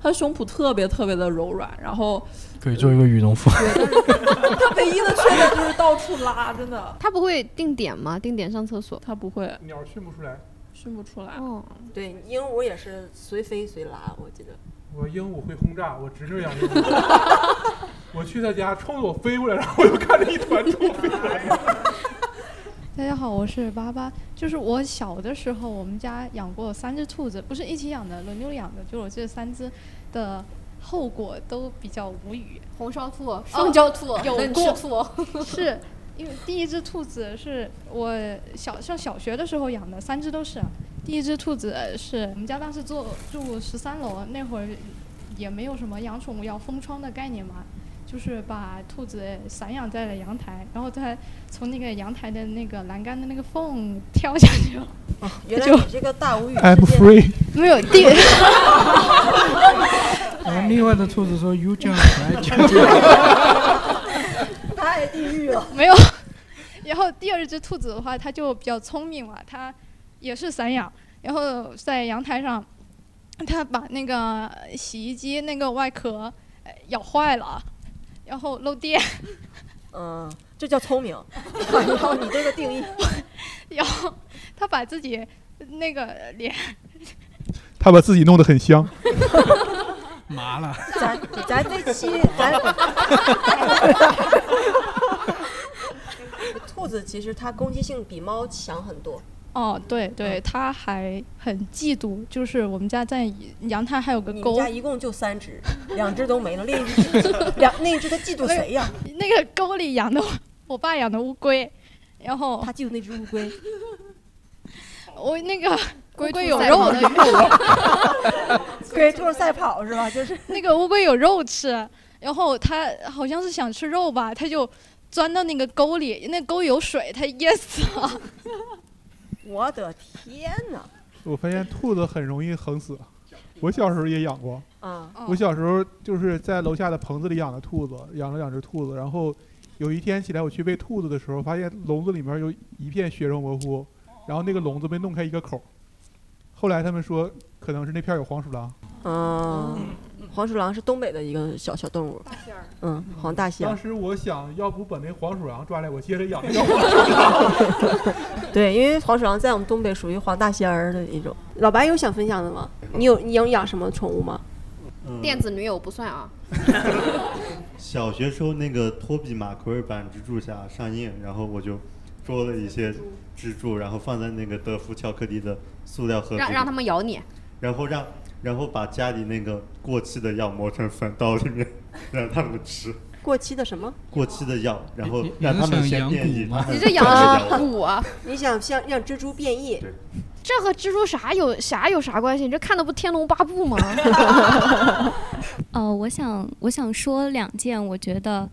H: 它胸脯特别特别的柔软，然后
C: 可以做一个羽绒服。
H: 它唯一的缺点就是到处拉，真的，
B: 它不会定点吗？定点上厕所？
H: 它不会
D: 鸟儿训不出来。
H: 训不出来。
B: 哦，
A: 对，鹦鹉也是随飞随拉，我记得。
D: 我鹦鹉会轰炸，我侄女养鹦鹉。 我去他家，冲着我飞过来，然后我就看着一团虫飞过来。
I: 大家好，我是巴巴。就是我小的时候，我们家养过三只兔子，不是一起养的，轮流养的。就我这三只的后果都比较无语。
B: 红烧兔、
I: 双
B: 椒兔
I: 有
B: 冷
I: 过
B: 兔，
I: 是因为第一只兔子是我小上小学的时候养的，三只都是。第一只兔子是我们家当时住住十三楼，那会儿也没有什么养宠物要封窗的概念嘛，就是把兔子散养在了阳台，然后再从那个阳台的那个栏杆的那个缝跳下去了。
A: 哦原 来
I: 就
A: 你这个大无语
D: I'm
A: 事件，
D: free。
I: 没有 第
C: 然后另外的兔子说：“You jump, I jump。
A: 太地狱了。
I: 没有。 然后第二只兔子的话，它就比较聪明嘛，它也是散养，然后在阳台上，它把那个洗衣机那个外壳呃咬坏了，然后漏电，
A: 嗯， 这叫聪明。然后你这个定义，
I: 然后它把自己那个脸
D: 他把自己弄得很香。”
C: 麻了，
A: 咱咱这期 咱。 兔子其实它攻击性比猫强很多，
I: 哦，对对，
B: 嗯
I: 它还很嫉妒，就是我们家在阳台还有个
A: 你们
I: 沟
A: 家，一 共就三只，两只都没了，另一只 两那一只它嫉妒谁呀？
I: 那个沟里养的我我爸养的乌龟，然后
A: 它嫉妒那只乌龟。
I: 我那个乌
B: 龟
I: 龟
B: 兔
I: 有
B: 赛
I: 肉
B: 跑
I: 的
B: 的
A: 龟兔赛跑是吧？就是
I: 那个乌龟有肉吃，然后它好像是想吃肉吧，它就钻到那个沟里，那沟有水，它淹死了。
A: 我的天哪！
D: 我发现兔子很容易横死。我小时候也养过，
A: 啊，
J: 嗯
D: 我小时候就是在楼下的棚子里养的兔子，养了两只兔子。然后有一天起来，我去喂兔子的时候，发现笼子里面有一片血肉模糊，然后那个笼子被弄开一个口儿。后来他们说，可能是那片儿有黄鼠狼。
A: 嗯，黄鼠狼是东北的一个小小动物，嗯，黄大仙
D: 当
A: 儿。
D: 时我想要不把那黄鼠狼抓来，我接着养那个黄鼠狼。
A: 对，因为黄鼠狼在我们东北属于黄大仙儿的一种。老白有想分享的吗？你有你有养什么宠物吗？
B: 电子女友不算啊。
K: 嗯小学时候那个托比马奎尔版《蜘蛛侠》上映，然后我就捉了一些蜘蛛，然后放在那个德芙巧克力的塑料盒子里，
B: 让让他们咬你，
K: 然后让然后把家里那个过期的药磨成粉到里面，让他们吃
A: 过期的什么？
K: 过期的药，然后
C: 你你
K: 让他们
C: 是想
K: 先
C: 养
K: 变异
C: 蛊吗。
K: 他们
B: 你 这养
K: 再
B: 的
K: 咬
B: 是蛊啊！
A: 你想像让蜘蛛变异？
K: 对
B: 这和蜘蛛侠有啥有啥关系？你这看的不《天龙八部》吗？
J: 呃，我想我想说两件我觉得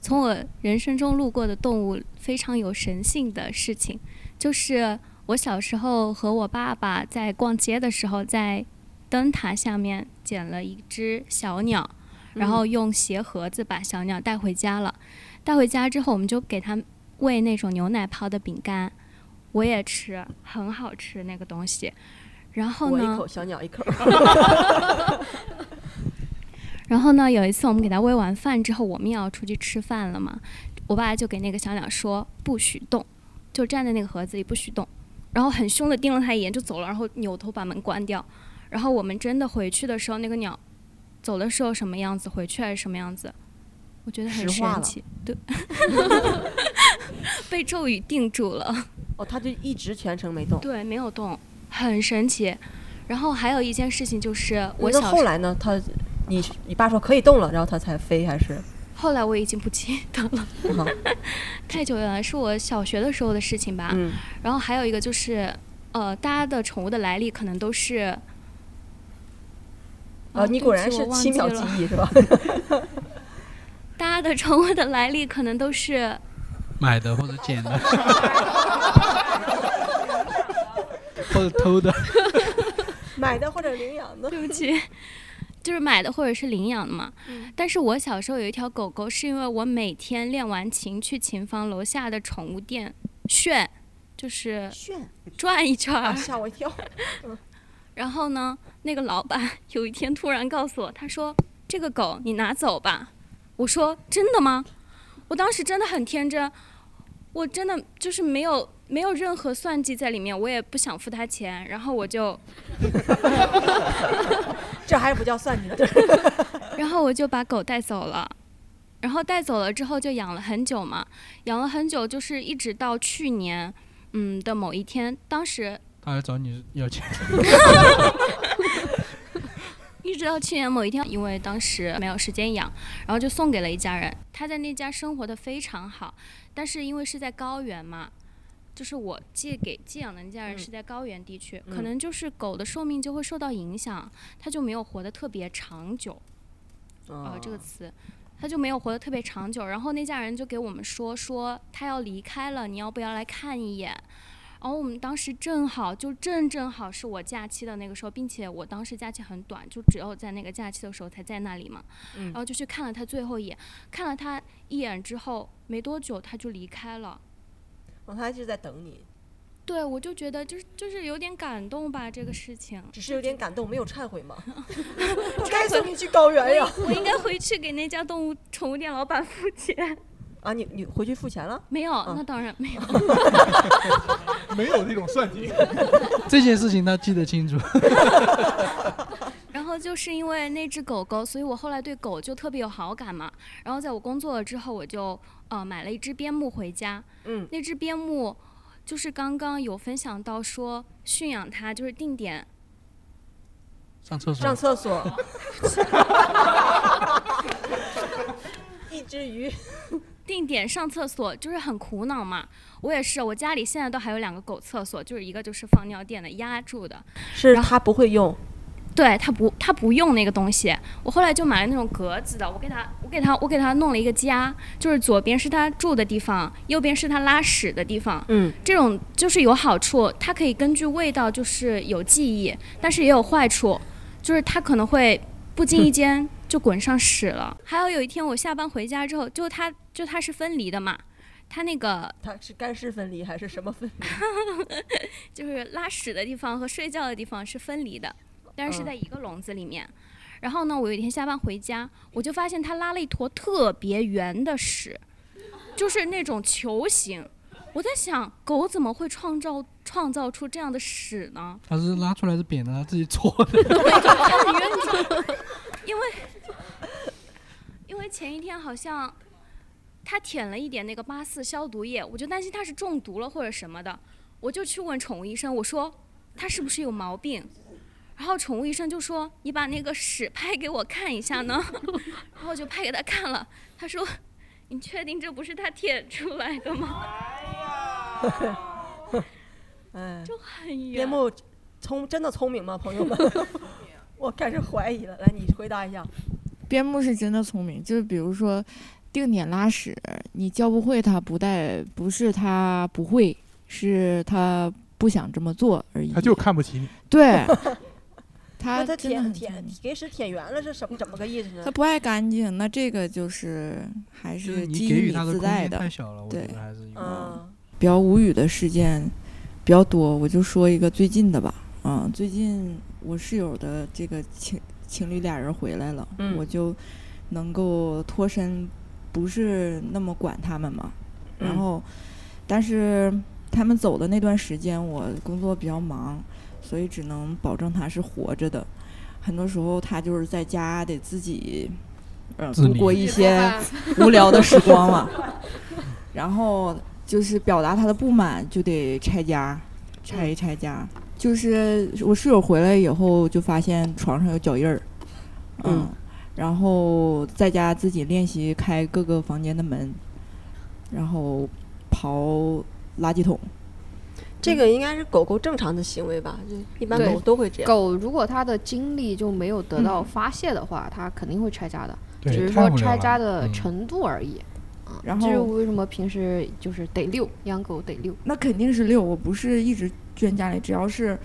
J: 从我人生中路过的动物非常有神性的事情，就是我小时候和我爸爸在逛街的时候，在灯塔下面捡了一只小鸟，然
A: 嗯
J: 后用鞋盒子把小鸟带回家了。带回家之后，我们就给它喂那种牛奶泡的饼干，我也吃，很好吃那个东西。然后
A: 我
J: 呢？
A: 一口，小鸟一口。
J: 然后呢，有一次我们给它喂完饭之后，我们也要出去吃饭了嘛，我爸就给那个小鸟说不许动，就站在那个盒子里不许动，然后很凶的盯了它一眼就走了，然后扭头把门关掉。然后我们真的回去的时候，那个鸟走的时候什么样子，回去还是什么样子，我觉得很
A: 石化
J: 神
A: 了
J: 奇，对， 被咒语定住了。
A: 哦，它就一直全程没动。
J: 对，没有动，很神奇。然后还有一件事情就是， 我
A: 那
J: 小时
A: 后来呢？它，你你爸说可以动了，然后它才飞还是？
J: 后来我已经不记得了，
A: 好
J: 太久远了，是我小学的时候的事情吧。
A: 嗯，
J: 然后还有一个就是，呃，大家的宠物的来历可能都是。呃
A: 啊，
J: 哦对
A: 你
J: 不
A: 果然
J: 起
A: 是
J: 我忘
A: 七
J: 记
A: 秒记
J: 了
A: 忆是吧？
J: 大家的宠物的来历可能都是
C: 买的或者捡的，或者 偷的。
A: 买的或者领养 的。
J: 对不起，就是买的或者是领养的嘛。
A: 嗯
J: 但是我小时候有一条狗狗，是因为我每天练完琴去琴房楼下的宠物店炫，就是
A: 炫
J: 转一圈儿。
A: 啊吓我一跳。嗯
J: 然后呢，那个老板 有一天突然告诉我，他说：“这个狗你拿走吧。”我说：“真的吗？”我当时真的很天真，我真的就是没有没有任何算计在里面，我也不想付他钱，然后我就，
A: 这还不叫算计，
J: 然后我就把狗带走了。然后带走了之后就养了很久嘛，养了很久就是一直到去年，嗯的某一天，当时
C: 他来找你要 钱，
J: 一直到去年某一天，因为当时没有时间养，然后就送给了一家人。他在那家生活的非常好，但是因为是在高原嘛，就是我借给寄养的那家人是在高原地区，
B: 嗯
J: 可能就是狗的寿命就会受到影响，它就没有活得特别长久。啊、这个
A: 哦
J: 词，它就没有活得特别长久。然后那家人就给我们说，说他要离开了，你要不要来看一眼？然后我们当时正好就正正好是我假期的那个时候，并且我当时假期很短，就只有在那个假期的时候才在那里嘛。
B: 嗯
J: 然后就去看了他最后一眼，看了他一眼之后，没多久他就离开了。
A: 哦，他一直在等你，
J: 对，我就觉得就是就是有点感动吧，这个事情。
A: 只是有点感动，没有忏 悔吗？哎该送你去高原呀！
J: 我应该回去给那家动物宠物店老板付钱。
A: 啊，你你回去付钱了？
J: 没有，
A: 啊
J: 那当然没 有。
D: 没有那种算计。
C: 这件事情他记得清楚。
J: 然后就是因为那只狗狗，所以我后来对狗就特别有好感嘛。然后在我工作了之后，我就呃买了一只边牧回家。
A: 嗯，
J: 那只边牧就是刚刚有分享到说驯养它就是定点
C: 上厕所。
A: 上厕所。 一只鱼。
J: 定点上厕所就是很苦恼嘛。我也是，我家里现在都还有两个狗厕所，就是一个就是放尿垫的压住的，
A: 是他不会用，
J: 对他不，他不用那个东西。我后来就买了那种格子的，我给他，我给他，我给他弄了一个家，就是左边是他住的地方，右边是他拉屎的地方。
A: 嗯，
J: 这种就是有好处，它可以根据味道就是有记忆，但是也有坏处，就是它可能会不经 意间就滚上屎了。还有有一天我下班回家之后，就它就它是分离的嘛，它那个
A: 他是干湿分离还是什么分离？
J: 就是拉屎的地方和睡觉的地方是分离的，但
A: 嗯
J: 是是在一个笼子里面。然后呢，我有一天下班回家，我就发现它拉了一坨特别圆的屎，就是那种球形。我在想，狗怎么会创造创造出这样的屎呢？
C: 他是拉出来是扁的，他自己搓的。
J: 因为 因为前一天好像它舔了一点那个八四消毒液，我就担心它是中毒了或者什么的，我就去问宠物医生，我说它是不是有毛病？然后宠物医生就说：“你把那个屎拍给我看一下呢。” 然后我就拍给他看了，他说：“你确定这不是他舔出来的吗
A: 哎，就
J: 很
A: 边
J: 圆
A: 牧聪真的聪明吗，朋友们？我开始怀疑了。来，你回答一下。
L: 边牧是真的聪明，就是比如说定点拉屎，你教不会他不带，不是他不会，是他不想这么做而已。
D: 他就看不起你。
L: 对，
A: 那
L: 他
A: 他
L: 真的
A: 舔
L: 很
A: 舔给屎舔圆了是什么怎么个意思呢
L: 他？不爱干净，那这个就是还
C: 就是
L: 是
C: 你
L: 基
C: 给
L: 因
C: 予
L: 里
C: 他的
L: 自
C: 空
L: 带
C: 间
L: 的。
C: 太小了，我觉
L: 对，
C: 得还是有。
A: 嗯，
L: 比较无语的事件比较多，我就说一个最近的吧。嗯，最近我室友的这个情情侣俩人回来了，
A: 嗯
L: 我就能够脱身，不是那么管他们嘛。然
A: 嗯
L: 后，但是他们走的那段时间，我工作比较忙，所以只能保证他是活着的。很多时候他就是在家得自己，呃，
C: 自
L: 度
C: 理
L: 过一
C: 自己做
L: 些
C: 饭
L: 无聊的时光了。 然后就是表达他的不满，就得拆家，拆一拆家。
F: 嗯
L: 就是我室友回来以后，就发现床上有脚印儿，嗯，然后在家自己练习开各个房间的门，然后刨垃圾桶。
A: 这个应该是狗狗正常的行为吧？就一般
B: 对
A: 狗都会这样。嗯
B: 狗如果它的精力就没有得到发泄的话，它肯定会拆家的，
C: 对
B: 只是
C: 太
B: 说
C: 无聊
B: 拆
C: 了
B: 家的
C: 嗯
B: 程度而已。嗯，
L: 然
B: 这是
L: 后
B: 我为什么平时就是得遛养狗得遛，
L: 那肯定是遛，我不是一直圈家里，只要是，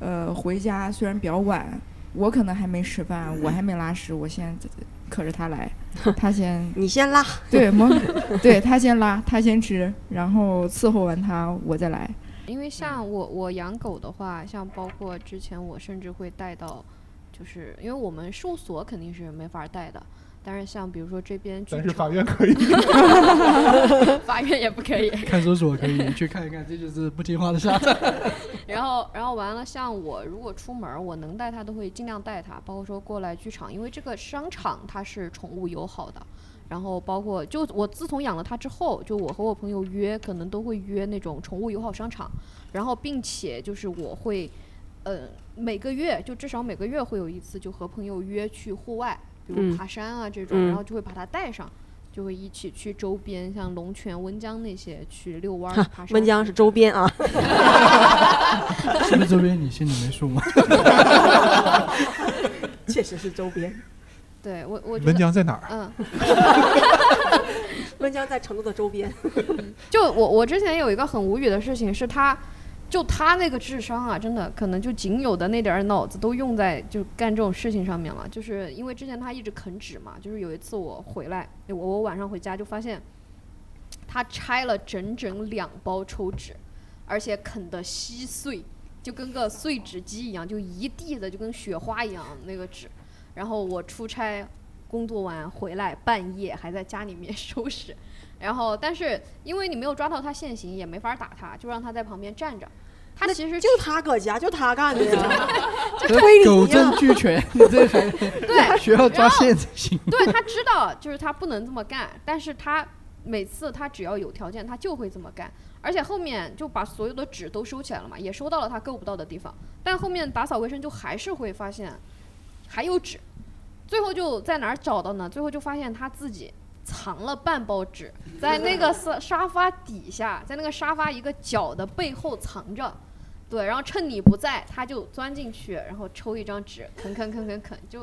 L: 呃，回家虽然比较晚，我可能还没吃饭，我还没拉屎，我先可着他 来，他先
A: 你先拉，
L: 对，我对他先拉，他先吃，然后伺候完他我再来，
B: 因为像我我养狗的话，像包括之前我甚至会带到，就是因为我们事务所肯定是没法带的，但是像比如说这边剧
D: 但是
B: 场，
D: 法院可以
B: 法院也不可以。
C: 看守所可以去看一看，这就是不听话的下 场。
B: 然后，然后完了，像我如果出门儿，我能带它都会尽量带它，包括说过来剧场，因为这个商场它是宠物友好的。然后包括就我自从养了它之后，就我和我朋友约，可能都会约那种宠物友好商场，然后并且就是我会，呃，每个月就至少每个月会有一次，就和朋友约去户外，比如
A: 嗯
B: 爬山啊这种，
A: 嗯
B: 然后就会把它带上，就会一起去周边，像龙泉、温江那些去遛弯儿、爬山。
A: 温江是周边啊，
C: 是不是这边你心里没数吗？
A: 确实是周边。
B: 对我，我觉
D: 文
B: 得
D: 江在哪儿？
B: 嗯。
A: 温江在成都的周边，
B: 就我我之前有一个很无语的事情是他。就他那个智商啊，真的可能就仅有的那点儿脑子都用在就干这种事情上面了。就是因为之前他一直啃纸嘛，就是有一次我回来，我我晚上回家就发现，他拆了整整两包抽纸，而且啃得稀碎，就跟个碎纸机一样，就一地的就跟雪花一样那个纸。然后我出差工作完回来，半夜还在家里面 收拾，然后但是因为你没有抓到他现行，也没法打他，就让他在旁边站着。他
A: 那
B: 其实
A: 就他搁家，就他干的呀。
C: 狗证俱全，你这还
B: 对
C: 需要抓现才行。
B: 对他知道，就是他不能这么干，但是他每次他只要有条件，他就会这么干。而且后面就把所有的纸都收起来了嘛，也收到了他够不到的地方。但后面打扫卫生就还是会发现还有纸，最后就在哪儿找到呢？最后就发现他自己藏了半包纸，在那个沙沙发底下，在那个沙发一个角的背后藏着。对，然后趁你不在，他就钻进去，然后抽一张纸， 啃啃啃啃啃，就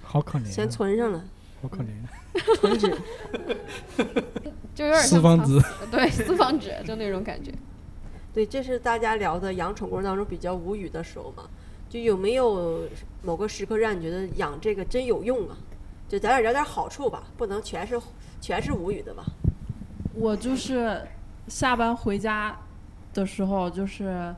C: 好可
D: 啊
C: 怜、
A: 先存上了，
C: 好可怜、
A: 存纸。
B: 就有点像
C: 四方
B: 藏
C: 纸，
B: 对，四方 纸就那种感觉。
A: 对，这是大家聊的养宠过程当中比较无语的时候嘛，就有没有某个时刻让你觉得养这个真有用啊？就咱俩聊点好处吧，不能全是全是无语的吧？
H: 我就是下班回家的时候，就是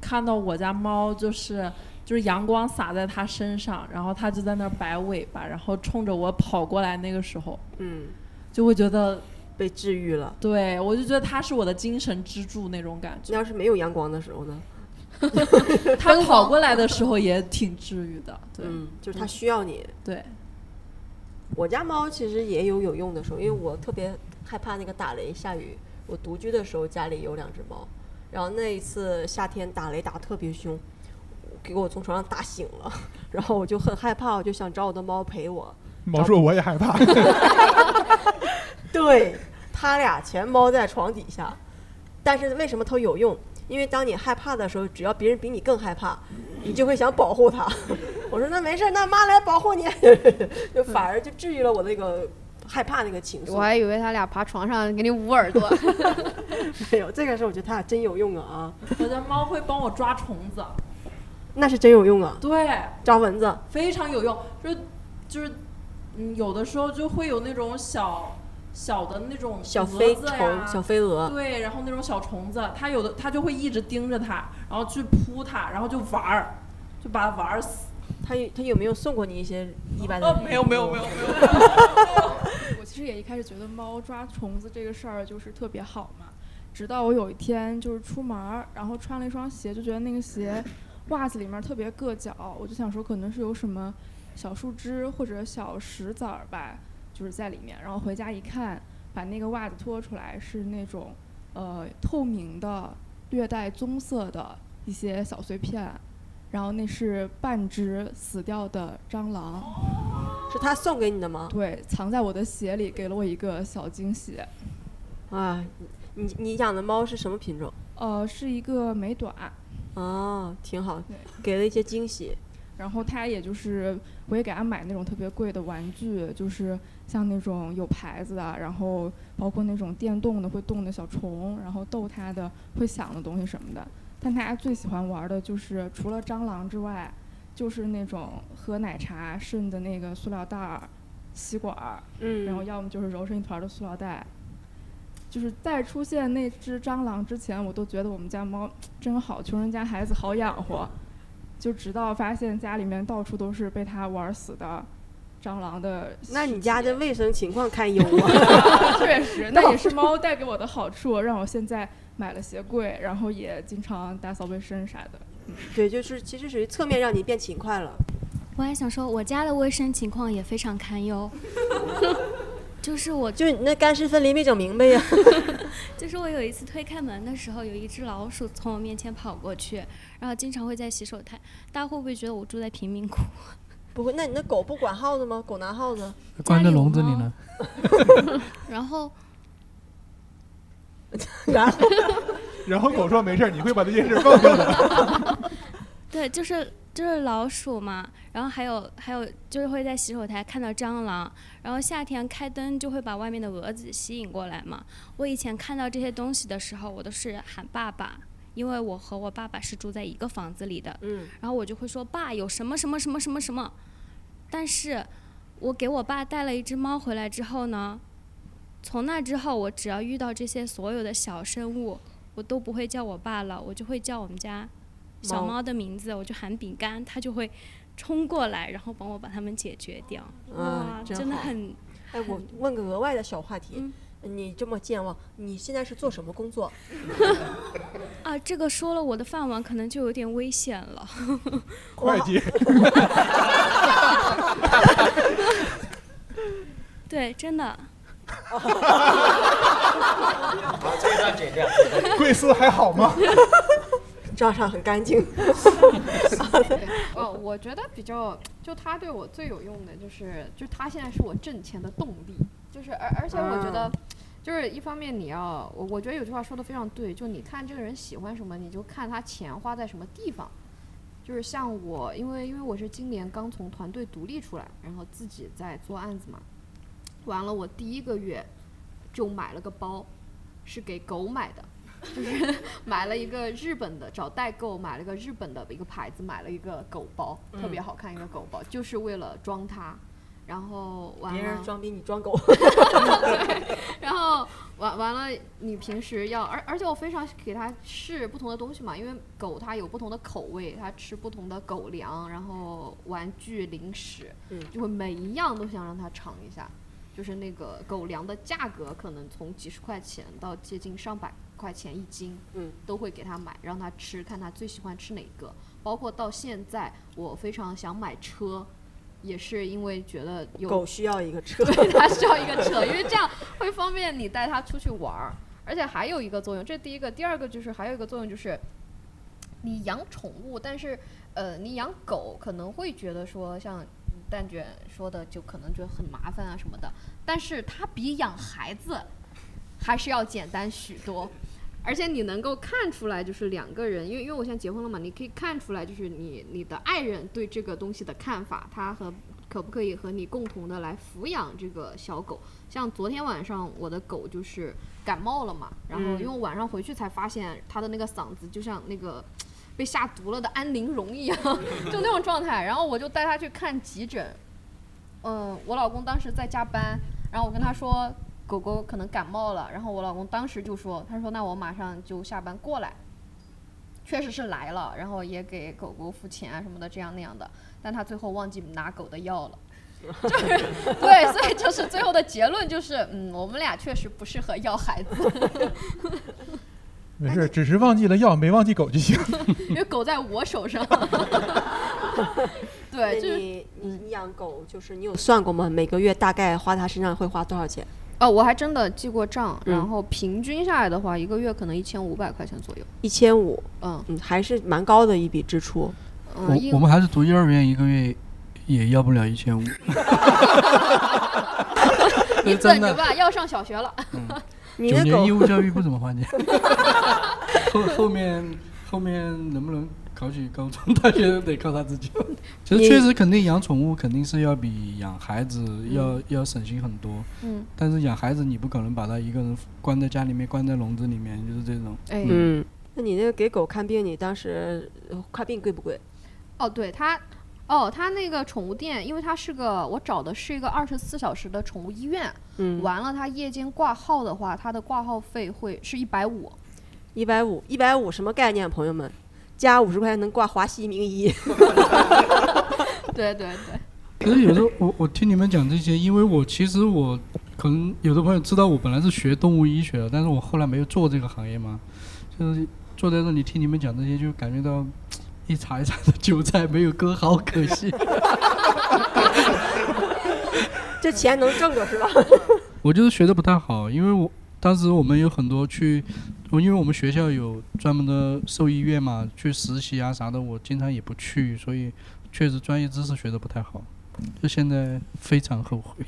H: 看到我家猫，就是就是阳光洒在它身上，然后它就在那儿摆尾巴，然后冲着我跑过来。那个时候
A: 嗯，
H: 就会觉得，
A: 被治愈了。
H: 对我就觉得它是我的精神支柱那种感
A: 那
H: 觉。
A: 要是没有阳光的时候呢？
H: 它跑过来的时候也挺治愈的，对、
A: 嗯，就是它需要你。
H: 对。
A: 我家猫其实也有有用的时候，因为我特别害怕那个打雷下雨。我独居的时候家里有两只猫，然后那一次夏天打雷打得特别凶，给我从床上打醒了， 然后我就很害怕，我就想找我的猫陪我。
D: 毛说我也害怕，
A: 对，它俩全猫在床底下，但是为什么它有用？因为当你害怕的时候，只要别人比你更害怕，你就会想保护它。 我说那没事儿，那妈来保护你， 就反而就治愈了我那个害怕那个情绪。
B: 我还以为他俩爬床上给你捂耳朵，
A: 没有，这个是我觉得它俩真有用啊啊，
H: 我家猫会帮我抓虫子，
A: 那是真有用啊，
H: 对，
A: 抓蚊子。
H: 非常有用。就是就是，嗯，有的时候就会有那种小小的那种
A: 小
H: 蛾
A: 飞
H: 子呀
A: 虫、小飞蛾，
H: 对，然后那种小虫子，它有的它就会一直盯着它，然后去扑它，然后就玩儿，就把它玩儿死。
A: 它有它有没有送过你一些意外的？
H: 哦，没有没有没有。没有，
M: 我其实也一开始觉得猫抓虫子这个事儿就是特别好嘛，直到我有一天就是出门儿，然后穿了一双鞋，就觉得那个鞋袜子里面特别硌脚，我就想说可能是有什么小树枝或者小石子儿吧，就是在里面。然后回家一看，把那个袜子脱出来是那种呃透明的、略带棕色的一些小碎片，然后那是半只死掉的蟑螂。
A: 是它送给你的吗？
M: 对，藏在我的鞋里，给了我一个小惊喜。
A: 啊，你你你养的猫是什么品种？
M: 呃，是一个美短，
A: 哦，挺好
M: 对，
A: 给了一些惊喜。
M: 然后他也就是不会给他买那种特别贵的玩具，就是像那种有牌子的，然后包括那种电动的会动的小虫，然后逗他的会响的东西什么的。但他最喜欢玩的就是除了蟑螂之外，就是那种喝奶茶顺着那个塑料袋儿、吸管儿，
A: 嗯
M: 然后要么就是揉成一团儿的塑料袋。就是在出现那只蟑螂之前，我都觉得我们家猫真好，穷人家孩子好养活。就直到发现家里面到处都是被它玩死的蟑螂的尸体，
A: 那你家的卫生情况堪忧 啊！
M: 确实，那也是猫带给我的好处，让我现在买了鞋柜，然后也经常打扫卫生啥的。嗯
A: 对，就是其实属于侧面让你变勤快了。
J: 我还想说，我家的卫生情况也非常堪忧， 就是我
A: 就是你那干湿分离没整明 白呀。
J: 就是我有一次推开门的时候，有一只老鼠从我面前跑过去，然后经常会在洗手台。大家会不会觉得我住在贫民窟？
A: 不会，那你那狗不管耗子吗？狗拿耗子？
C: 关在笼子里呢。
J: 然 后
D: 然后，然后狗说没事儿，你会把这件事告诉我 的。
J: 对，就是就是老鼠嘛，然后还有还有就是会在洗手台看到蟑螂，然后夏天开灯就会把外面的蛾子吸引过来嘛。我以前看到这些东西的时候，我都是喊爸爸，因为我和我爸爸是住在一个房子里的，
A: 嗯，
J: 然后我就会说爸有什么什么什么什么什么，但是我给我爸带了一只猫回来之后呢，从那之后我只要遇到这些所有的小生物，我都不会叫我爸了，我就会叫我们家小
A: 猫
J: 猫的名字，我就喊饼干，它就会冲过来，然后帮我把它们解决掉。
A: 啊
J: 哇，
A: 真
J: 的
A: 好
J: 很。嗯
A: 哎，我问个额外的小话题，你这么健忘，你现在是做什么工作？
J: 啊，这个说了我的饭碗可能就有点危险了。
D: 会计，
J: 对，真的。
E: 好，这一段剪掉。
D: 贵司还好 吗？
A: 账上很干净。
B: 哦，我觉得比较，就他对我最有用的就是，就他现在是我挣钱的动力，就是而而且我觉得
M: 啊，
A: 嗯
B: 就是一方面你要，我我觉得有句话说的非常对，就你看这个人喜欢什么，你就看他钱花在什么地方。就是像我，因为因为我是今年刚从团队独立出来，然后自己在做案子嘛，完了我第一个月就买了个包，是给狗买的，就是 买了一个日本的，找代购买了个日本的一个牌子，买了一个狗包，
A: 嗯
B: 特别好看一个狗包，就是为了装它。然后完了，
A: 别人装逼，你 装狗。
B: 然后完完了，你平时要，而而且我非常给它试不同的东西嘛，因为狗它有不同的口味，它吃不同的狗粮，然后玩具、零食，
A: 嗯
B: 就会每一样都想让它尝一下。就是那个狗粮的价格可能从几十块钱到接近上百块钱一斤，
A: 嗯，
B: 都会给它买，让它吃，看它最喜欢吃哪个。包括到现在，我非常想买车，也是因为觉得有
A: 狗需要一个车，
B: 对，它需要一个车，因为这样会方便你带它出去玩儿。而且还有一个作用，这第一个，第二个就是还有一个作用就是，你养宠物，但是呃，你养狗可能会觉得说像蛋卷说的，就可能觉得很麻烦啊什么的，但是它比养孩子还是要简单许多。而且你能够看出来，就是两个人，因为因为我现在结婚了嘛，你可以看出来，就是你你的爱人对这个东西的看法，他和可不可以和你共同的来抚养这个小狗。像昨天晚上我的狗就是感冒了嘛，然后
J: 嗯
B: 因为我晚上回去才发现它的那个嗓子就像那个被下毒了的安陵容一样，就那种状态。然后我就带它去看急诊，嗯，我老公当时在加班，然后我跟他说狗狗可能感冒了，然后我老公当时就说，他说那我马上就下班过来，确实是来了，然后也给狗狗付钱啊什么的，这样那样的，但他最后忘记拿狗的药了。就是 对，所以就是最后的结论就是，嗯，我们俩确实不适合要孩子，
D: 没事儿，只是忘记了药，没忘记狗就行。
B: 因为狗在我手 上。对，就是嗯
A: 你你你养狗就是你有算过吗？每个月大概花它身上会花多少钱？
B: 哦，我还真的记过账，
A: 嗯
B: 然后平均下来的话，一个月可能一千五百块钱 左右。
A: 一千五。
B: 嗯
A: 还是蛮高的一笔支出。
D: 哦
B: 嗯，因
C: 我我们还是读幼儿园，一个月也要不了一 千五。
B: 你
C: 真
B: 等
C: 的嗯
B: 着吧，要上小学了。
A: 你
C: 九
A: 那
C: 年
A: 狗
C: 义务教育不怎么花钱，后后面后面能不能考考取高中、大学得靠他自己。其实确实肯定养宠物肯定是要比养孩子要、要省心很多。
B: 嗯
C: 但是养孩子你不可能把他一个人关在家里面，关在笼子里面，就是这种。
B: 哎
A: 嗯，那你那个给狗看病，你当时呃看病贵不贵？
B: 哦，对他，哦，他那个宠物店，因为他是个我找的是一个二十四小时的宠物医院，
A: 嗯
B: 完了他夜间挂号的话，他的挂号费会是一百五，
A: 一百五，一百五什么概念，朋友们？加五十块钱能挂华西名医。
B: 对对对，
C: 可是有时候我我听你们讲这些，因为我其实我可能有的朋友知道我本来是学动物医学的，但是我后来没有做这个行业嘛，就是坐在这里听你们讲这些，就感觉到一茬一茬的韭菜没有割好，可 惜。
A: 这钱能挣着是吧？
C: 我就是学的不太好，因为我当时我们有很多去，我因为我们学校有专门的兽医院嘛，去实习啊啥的，我经常也不去，所以确实专业知识学的不太好，就现在非常后悔。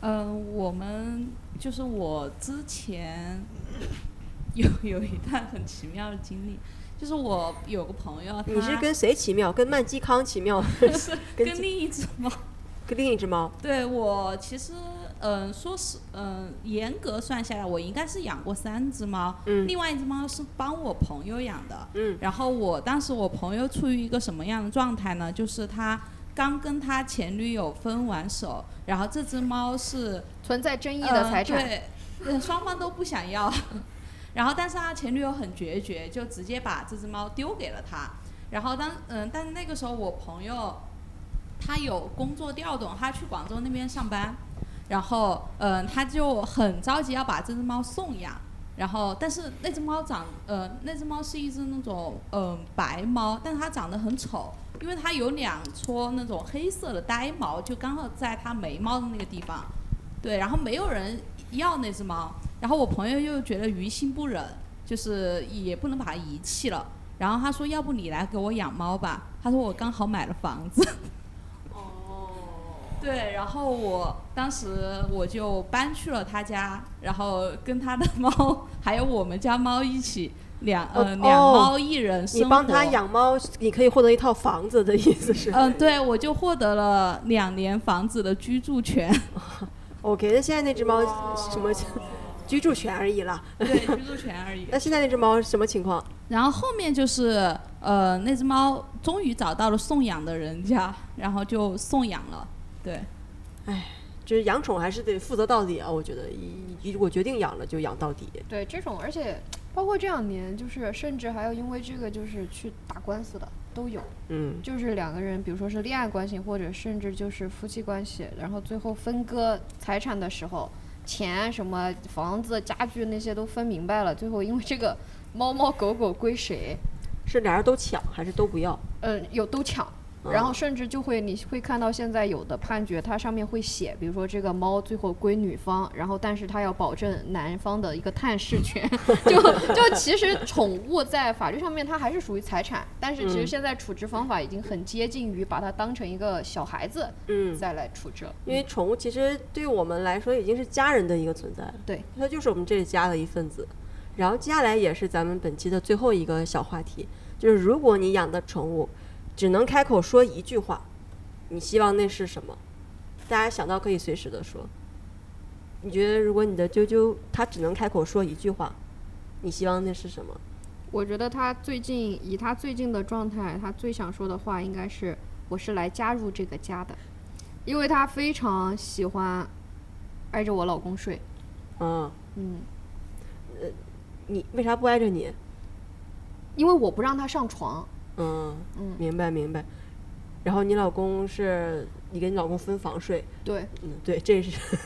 G: 呃，我们就是我之前有有一段很奇妙的经历，就是我有个朋友，
A: 你是
G: 他
A: 跟谁奇妙？跟曼基康奇妙？
G: 是
A: 跟
G: 跟另一只猫？
A: 跟另一只猫？
G: 对我其实，嗯、说是，嗯、严格算下来，我应该是养过三只猫，
A: 嗯
G: 另外一只猫是帮我朋友养的，
A: 嗯，
G: 然后我当时我朋友处于一个什么样的状态呢？就是他刚跟他前女友分完手，然后这只猫是
B: 存在争议的财产
G: 呃对，呃双方都不想要。 然后，但是他前女友很决绝，就直接把这只猫丢给了他。然后当嗯，但是那个时候我朋友他有工作调动，他去广州那边上班，然后嗯、呃他就很着急要把这只猫送养。然后，呃但是那只猫长，呃，那只猫是一只那种，嗯、白猫，但是它长得很丑，因为它有两撮那种黑色的呆毛，就刚好在它眉毛的那个地方。对，然后没有人要那只猫，然后我朋友又觉得于心不忍，就是也不能把它遗弃了。然后他说：“要不你来给我养猫吧？”他说：“我刚好买了房子。”对，然后我当时我就搬去了他家，然后跟他的猫 还有我们家猫一起两
A: 哦
G: 呃两
A: 哦
G: 猫一人生活。
A: 你帮他养猫，你可以获得一套房子的意思是？
G: 嗯，对，我就获得了两年房子的居住权。
A: OK，那现在那只猫什么 居住权而已了？
G: 对，居住权而已。
A: 那现在那只猫什么情况？
G: 然后后面就是呃，那只猫终于找到了送养的人家，然后就送养了。对，
A: 唉，就是养宠还是得负责到底啊！我觉得，一一如果决定养了就养到底。
B: 对这种，而且包括这两年，就是甚至还有因为这个就是去打官司的都有，
A: 嗯
B: 就是两个人，比如说是恋爱关系，或者甚至就是夫妻关系，然后最后分割财产的时候，钱啊什么房子、家具那些都分明白了，最后因为这个猫猫狗狗归谁，
A: 是俩人都抢还是都不要？嗯
B: 呃，有都抢。然后甚至就会，你会看到现在有的判决，它上面会写，比如说这个猫最后归女方，然后但是它要保证男方的一个探视权。 就就其实宠物在法律上面它还是属于财产，但是其实
A: 嗯
B: 现在处置方法已经很接近于把它当成一个小孩子，
A: 嗯
B: 再来处置了。
A: 因为宠物其实对于我们来说已经是家人的一个存在了，
B: 对，
A: 它就是我们这家的一份子。然后接下来也是咱们本期的最后一个小话题，就是如果你养的宠物只能开口说一句话，你希望那是什么？大家想到可以随时的说。你觉得如果你的啾啾它只能开口说一句话，你希望那是什么？
B: 我觉得他最近以他最近的状态，他最想说的话应该是“我是来加入这个家的”，因为他非常喜欢挨着我老公睡。
A: 嗯
B: 嗯，
A: 呃，你为啥不挨着你？
B: 因为我不让他上床。
A: 嗯
B: 嗯
A: 明白明白。然后你老公是你跟你老公分房睡，
B: 对，，
A: 嗯对，这是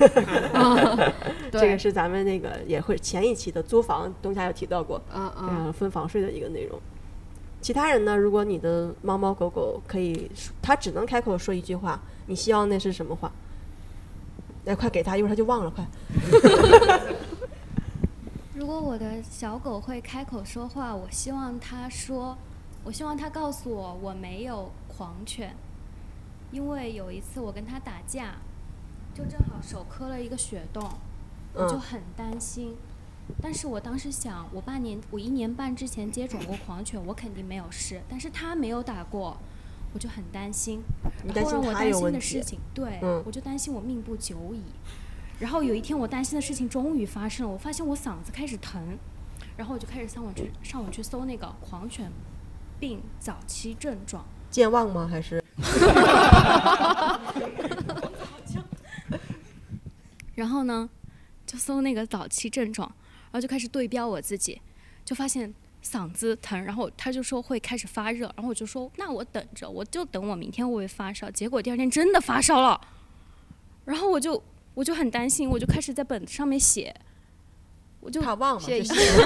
A: 这
B: 对
A: 个是咱们那个也会前一期的租房东夏有提到过，
B: 嗯嗯
A: 然后分房睡的一个内容。其他人呢，如果你的猫猫狗狗可以说，它只能开口说一句话，你希望那是什么话？来，快给它，一会儿它就忘了， 快。
J: 如果我的小狗会开口说话，我希望它说，我希望它告诉我我没有狂犬，因为有一次我跟它打架，就正好手磕了一个血洞，我就
A: 嗯
J: 很担心，但是我当时想，我半年我一年半之前接种过狂犬，我肯定没有事，但是他没有打过，我就很担心。
A: 你
J: 然后
A: 担心
J: 让我
A: 他
J: 担
A: 有
J: 心
A: 问
J: 的
A: 题
J: 事情，对，
A: 嗯
J: 我就担心我命不久矣。然后有一天，我担心的事情终于发生了，我发现我嗓子开始疼，然后我就开始上网去上网去搜那个狂犬病早期症状，
A: 健忘吗？还是？
J: 然后呢，就搜那个早期症状，然后就开始对标我自己，就发现嗓子疼，然后他就说会开始发热，然后我就说那我等着，我就等我明天会不会发烧。结果第二天真的发烧了，然后我就我就很担心，我就开始在本子上面写，我就
A: 他忘了
J: 写一
A: 就
J: 些
A: 是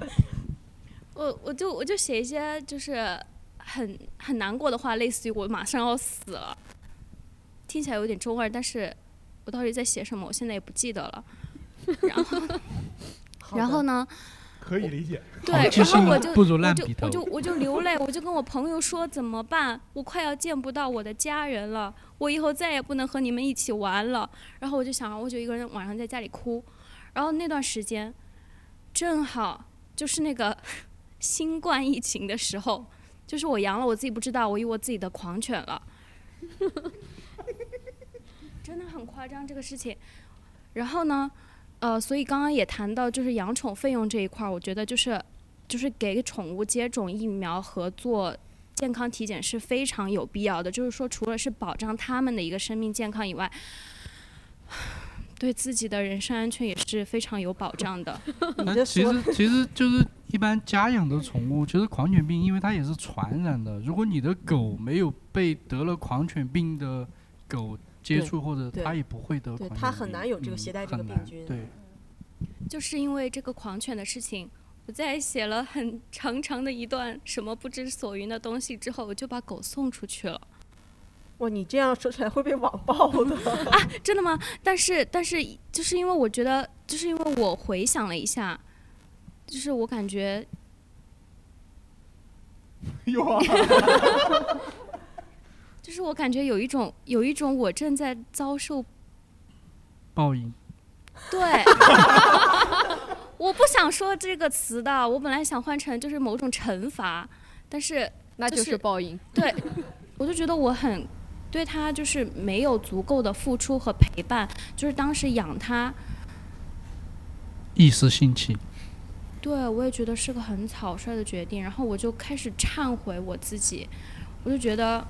J: 我我就我就写一些就是很很难过的话，类似于我马上要死了，听起来有点中二，但是我到底在写什么，我现在也不记得了。然后
D: 好，的
J: 然后呢？
D: 可以理解。
J: 对，然后我就
C: 不如烂笔头
J: 我就我就我就流泪，我就跟我朋友说怎么办？我快要见不到我的家人了，我以后再也不能和你们一起玩了。然后我就想，我就一个人晚上在家里哭。然后那段时间，正好就是那个 新冠疫情的时候，就是我阳了，我自己不知道，我以我自己的狂犬了，真的很夸张这个事情。然后呢，呃，所以刚刚也谈到就是养宠费用这一块儿，我觉得就是就是给宠物接种疫苗和做健康体检是非常有必要的。就是说，除了是保障它们的一个生命健康以外，对自己的人身安全也是非常有保障 的。
C: 但其实其实就是一般家养的宠物，其实狂犬病因为它也是传染的。如果你的狗没有被得了狂犬病的狗接
A: 对
C: 触，或者
A: 对
C: 它也不会得狂
A: 对
C: 犬病，
A: 它很难有这个
C: 嗯
A: 携带这
C: 很
A: 个病
C: 难
A: 菌
C: 对，
J: 就是因为这个狂犬的事情，我在写了很 长长的一段什么不知所云的东西之后，我就把狗送出去了。
A: 哇，你这样说出来会被网暴 的。
J: 啊真的吗？但是但是就是因为我觉得，就是因为我回想了一下，就是我感 觉
D: 有啊，
J: 就是我感觉有一种有一种我正在遭受
C: 报应。
J: 对，我不想说这个词的，我本来想换成就是某种惩罚，但是、
B: 那就是是报应。
J: 对，我就觉得我很对他就是没有足够的付出和陪伴，就是当时养他，
C: 一时兴起，
J: 对我也觉得是个很草率的决定，然后我就开始忏悔我自己，我就觉得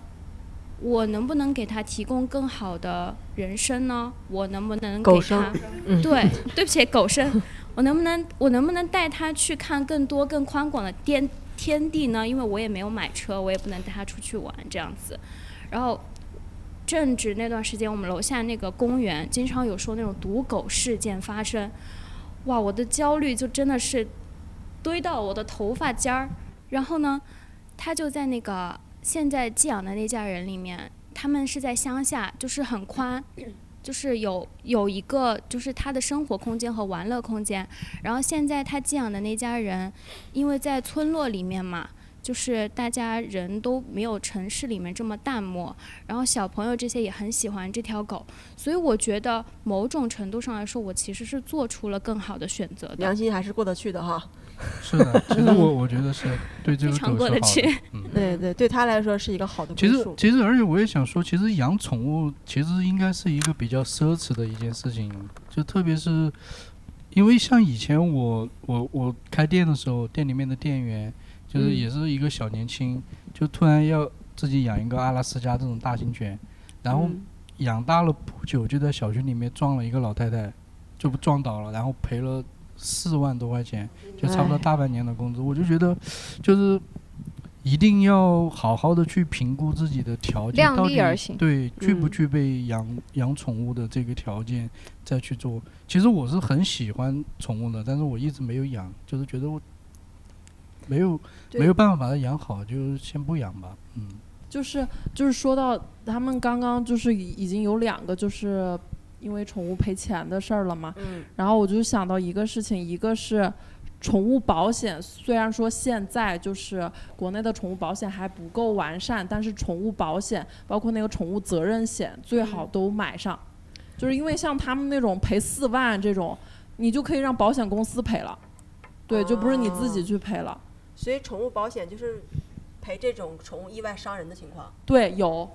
J: 我能不能给他提供更好的人生呢？我能不能给
A: 狗生
J: 他？
A: 嗯
J: 对，对不起，狗生，我能不能我能不能带他去看更多更宽广的天天地呢？因为我也没有买车，我也不能带他出去玩这样子。然后正值那段时间，我们楼下那个公园经常有说那种毒狗事件发生，哇，我的焦虑就真的是堆到我的头发尖儿。然后呢，他就在那个现在寄养的那家人里面，他们是在乡下，就是很 宽，就是有有一个就是他的生活空间和玩乐空间。然后现在他寄养的那家人，因为在村落里面嘛。就是大家人都没有城市里面这么淡漠，然后小朋友这些也很喜欢这条狗，所以我觉得某种程度上来说，我其实是做出了更好的选择的。
A: 良心还是过得去的哈。
C: 是的，其实我我觉得是对这
J: 非
C: 个
J: 常
C: 狗
J: 过
C: 是
J: 得
C: 好
J: 去
C: 的。嗯。
A: 对对，对他来说是一个好的
C: 其
A: 归
C: 实
A: 宿。
C: 其实，而且我也想说，其实养宠物其实应该是一个比较奢侈的一件事情，就特别是因为像以前我我我开店的时候，店里面的店员就是
K: 嗯
C: 也是一个小年轻，就突然要自己养一个阿拉斯加这种大型犬，然后
K: 嗯
C: 养大了不久，就在小区里面撞了一个老太太，就不撞倒了，然后赔了四万多块钱，就差不多
K: 哎
C: 大半年的工资。我就觉得，就是一定要好好的去评估自己的条件，
N: 量
C: 到
N: 力
C: 底
N: 而行
C: 对，具不
N: 嗯
C: 具备养、养宠物的这个条件，再去做。其实我是很喜欢宠物的，但是我一直没有养，就是觉得我没有
H: 对
C: 没有办法把它养好，就先不养吧。嗯，
H: 就是就是说到他们刚刚就是已已经有两个就是因为宠物赔钱的事儿了嘛，
A: 嗯
H: 然后我就想到一个事情，一个是宠物保险，虽然说现在就是国内的宠物保险还不够完善，但是宠物保险包括那个宠物责任险最好都买上，就是因为像他们那种赔四万这种。你就可以让保险公司赔了，对，就不是你自己去赔了。
A: 所以宠物保险就是赔这种宠物意外伤人的情况。
H: 对，有，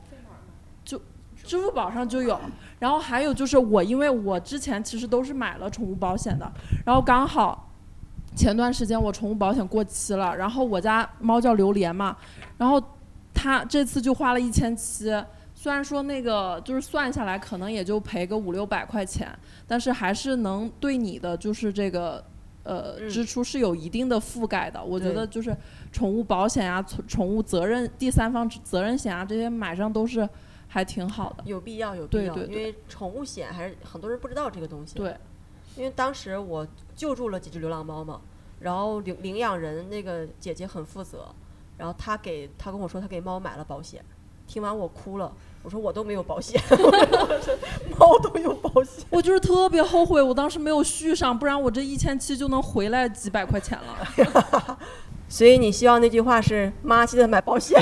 H: 就支付宝上就有。然后还有就是我，因为我之前其实都是买了宠物保险的，然后刚好前段时间我宠物保险过期了，然后我家猫叫榴莲嘛，然后它这次就花了一千七。虽然说那个就是算下来可能也就赔个五六百块钱，但是还是能对你的就是这个呃
A: 嗯
H: 支出是有一定的覆盖的。我觉
A: 对
H: 得就是宠物保险啊、宠宠物责任、第三方责任险啊这些买上都是还挺好的。
A: 有必要，有必
H: 对
A: 要，
H: 对
A: 因
H: 对
A: 为宠物险还是很多人不知道这个东西。
H: 对，
A: 因为当时我救助了几只流浪猫嘛，然后领领养人那个姐姐很负责，然后她给她跟我说她给猫买了保险，听完我哭了，我说我都没有保险， 猫都有保险。
H: 我就是特别后悔，我当时没有续上，不然我这一千七就能回来几百块钱了。
A: 哎 所以你希望那句话是妈记得买保险。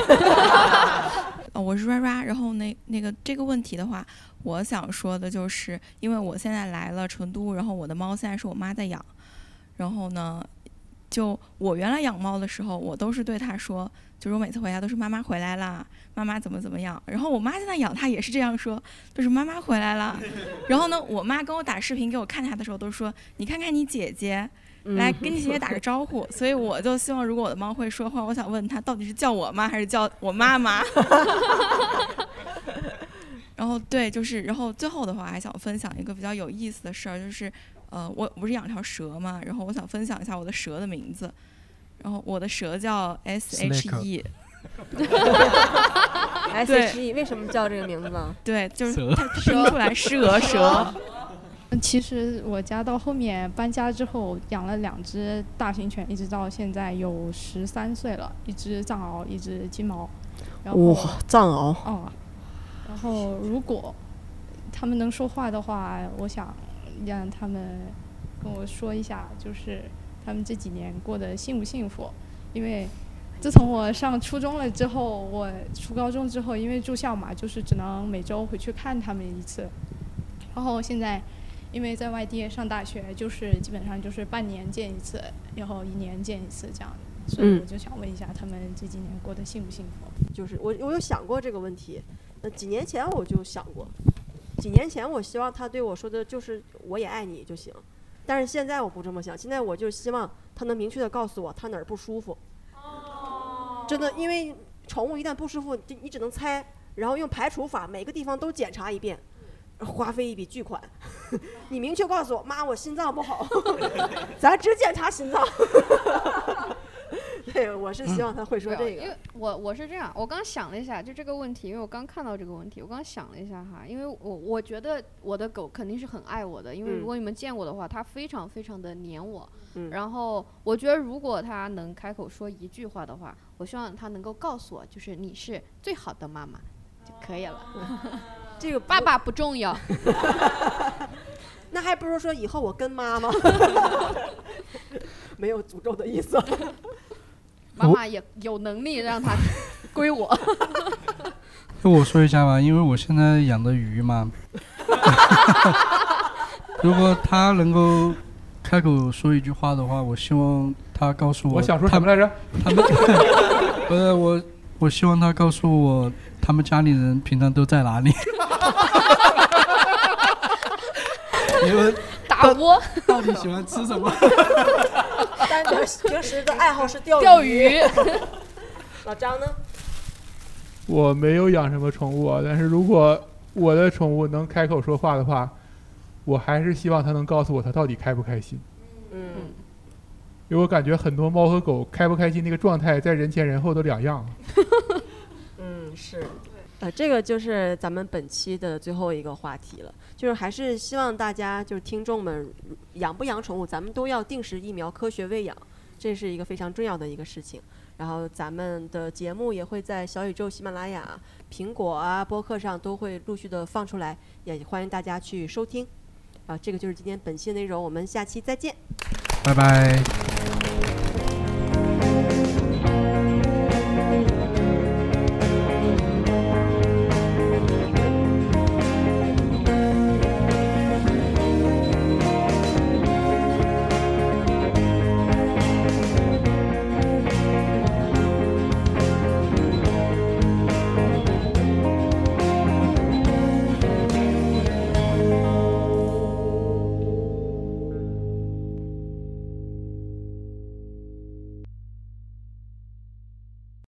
L: 呃，我是 Rara，然后那那个这个问题的话，我想说的就是，因为我现在来了成都，然后我的猫现在是我妈在养，然后呢，就我原来养猫的时候，我都是对它说，就是我每次回家都是妈妈回来啦，妈妈怎么怎么样，然后我妈现在养它也是这样说，就是妈妈回来了，然后呢，我妈跟我打视频给我看它的时候都说，你看看你姐姐。来
O: 嗯
L: 跟你姐姐打个招呼，所以我就希望，如果我的猫会说话，我想问它到底是叫我妈还是叫我妈妈。然后对，就是然后最后的话，还想分享一个比较有意思的事儿，就是呃，我我不是养条蛇嘛，然后我想分享一下我的蛇的名字，然后我的蛇叫 S H E。
A: S H E 为什么叫这个名字呢？
L: 对，就是
A: 蛇
L: 它拼出来是鹅蛇。
I: 嗯其实我家到后面搬家之后，养了两只大型犬，一直到现在有十三岁了，一只藏獒，一只金毛。然后
A: 哇藏獒
I: 哦，然后如果他们能说话的话，我想让他们跟我说一下，就是他们这几年过得幸不幸福，因为。自从我上初中了之后，我初高中之后，因为住校嘛，就是只能每周回去看他们一次。然后现在因为在外地上大学，就是基本上就是半年见一次，然后一年见一次这样的，所以
A: 嗯
I: 我就想问一下，他们这几年过得幸不幸福？
A: 就是我我有想过这个问题，呃，几年前我就想过，几年前我希望他对我说的就是我也爱你就行，但是现在我不这么想，现在我就希望他能明确的告诉我他哪儿不舒服。真的，因为宠物一旦不舒服，你你只能猜，然后用排除法每个地方都检查一遍。花费一笔巨款， 你明确告诉我，妈，我心脏不好， 咱只检查心脏。 对，我是希望他会说
B: 对
A: 这
B: 因为
A: 个。
B: 我我是这样，我刚想了一下，就这个问题，因为我刚看到这个问题，我刚想了一下哈，因为我我觉得我的狗肯定是很爱我的，因为
P: 嗯
B: 如果你们见过的话，它非常非常的黏我。
P: 嗯
B: 然后我觉得如果它能开口说一句话的话，我希望它能够告诉我，就是你是最好的妈妈就可以了。
A: 这个
B: 爸爸不重要，
A: 那还不如说以后我跟妈 妈，没有诅咒的意思。
B: 妈妈也有能力让它归我。
C: 那我说一下吧，因为我现在养的鱼 嘛，如果它能够开口说一句话的话，我希望它告诉我。
D: 我想说什么来着？
C: 他们 不是我，我希望它告诉我他们家里人平常都在哪里。你们
B: 打窝
C: 到底喜欢吃什么？
A: 但平平时的爱好是钓
B: 钓鱼
A: 老张呢？
D: 我没有养什么宠物，啊，但是如果我的宠物能开口说话的话，我还是希望它能告诉我它到底开不开心，
A: 嗯，
D: 因为我感觉很多猫和狗开不开心那个状态在人前人后都两样。
A: 嗯，是。呃，这个就是咱们本期的最后一个话题了，就是还是希望大家就是听众们养不养宠物，咱们都要定时疫苗，科学喂养，这是一个非常重要的一个事情。然后咱们的节目也会在小宇宙、喜马拉雅、苹果啊播客上都会陆续的放出来，也欢迎大家去收听。啊，这个就是今天本期的内容，我们下期再见。
C: 拜拜。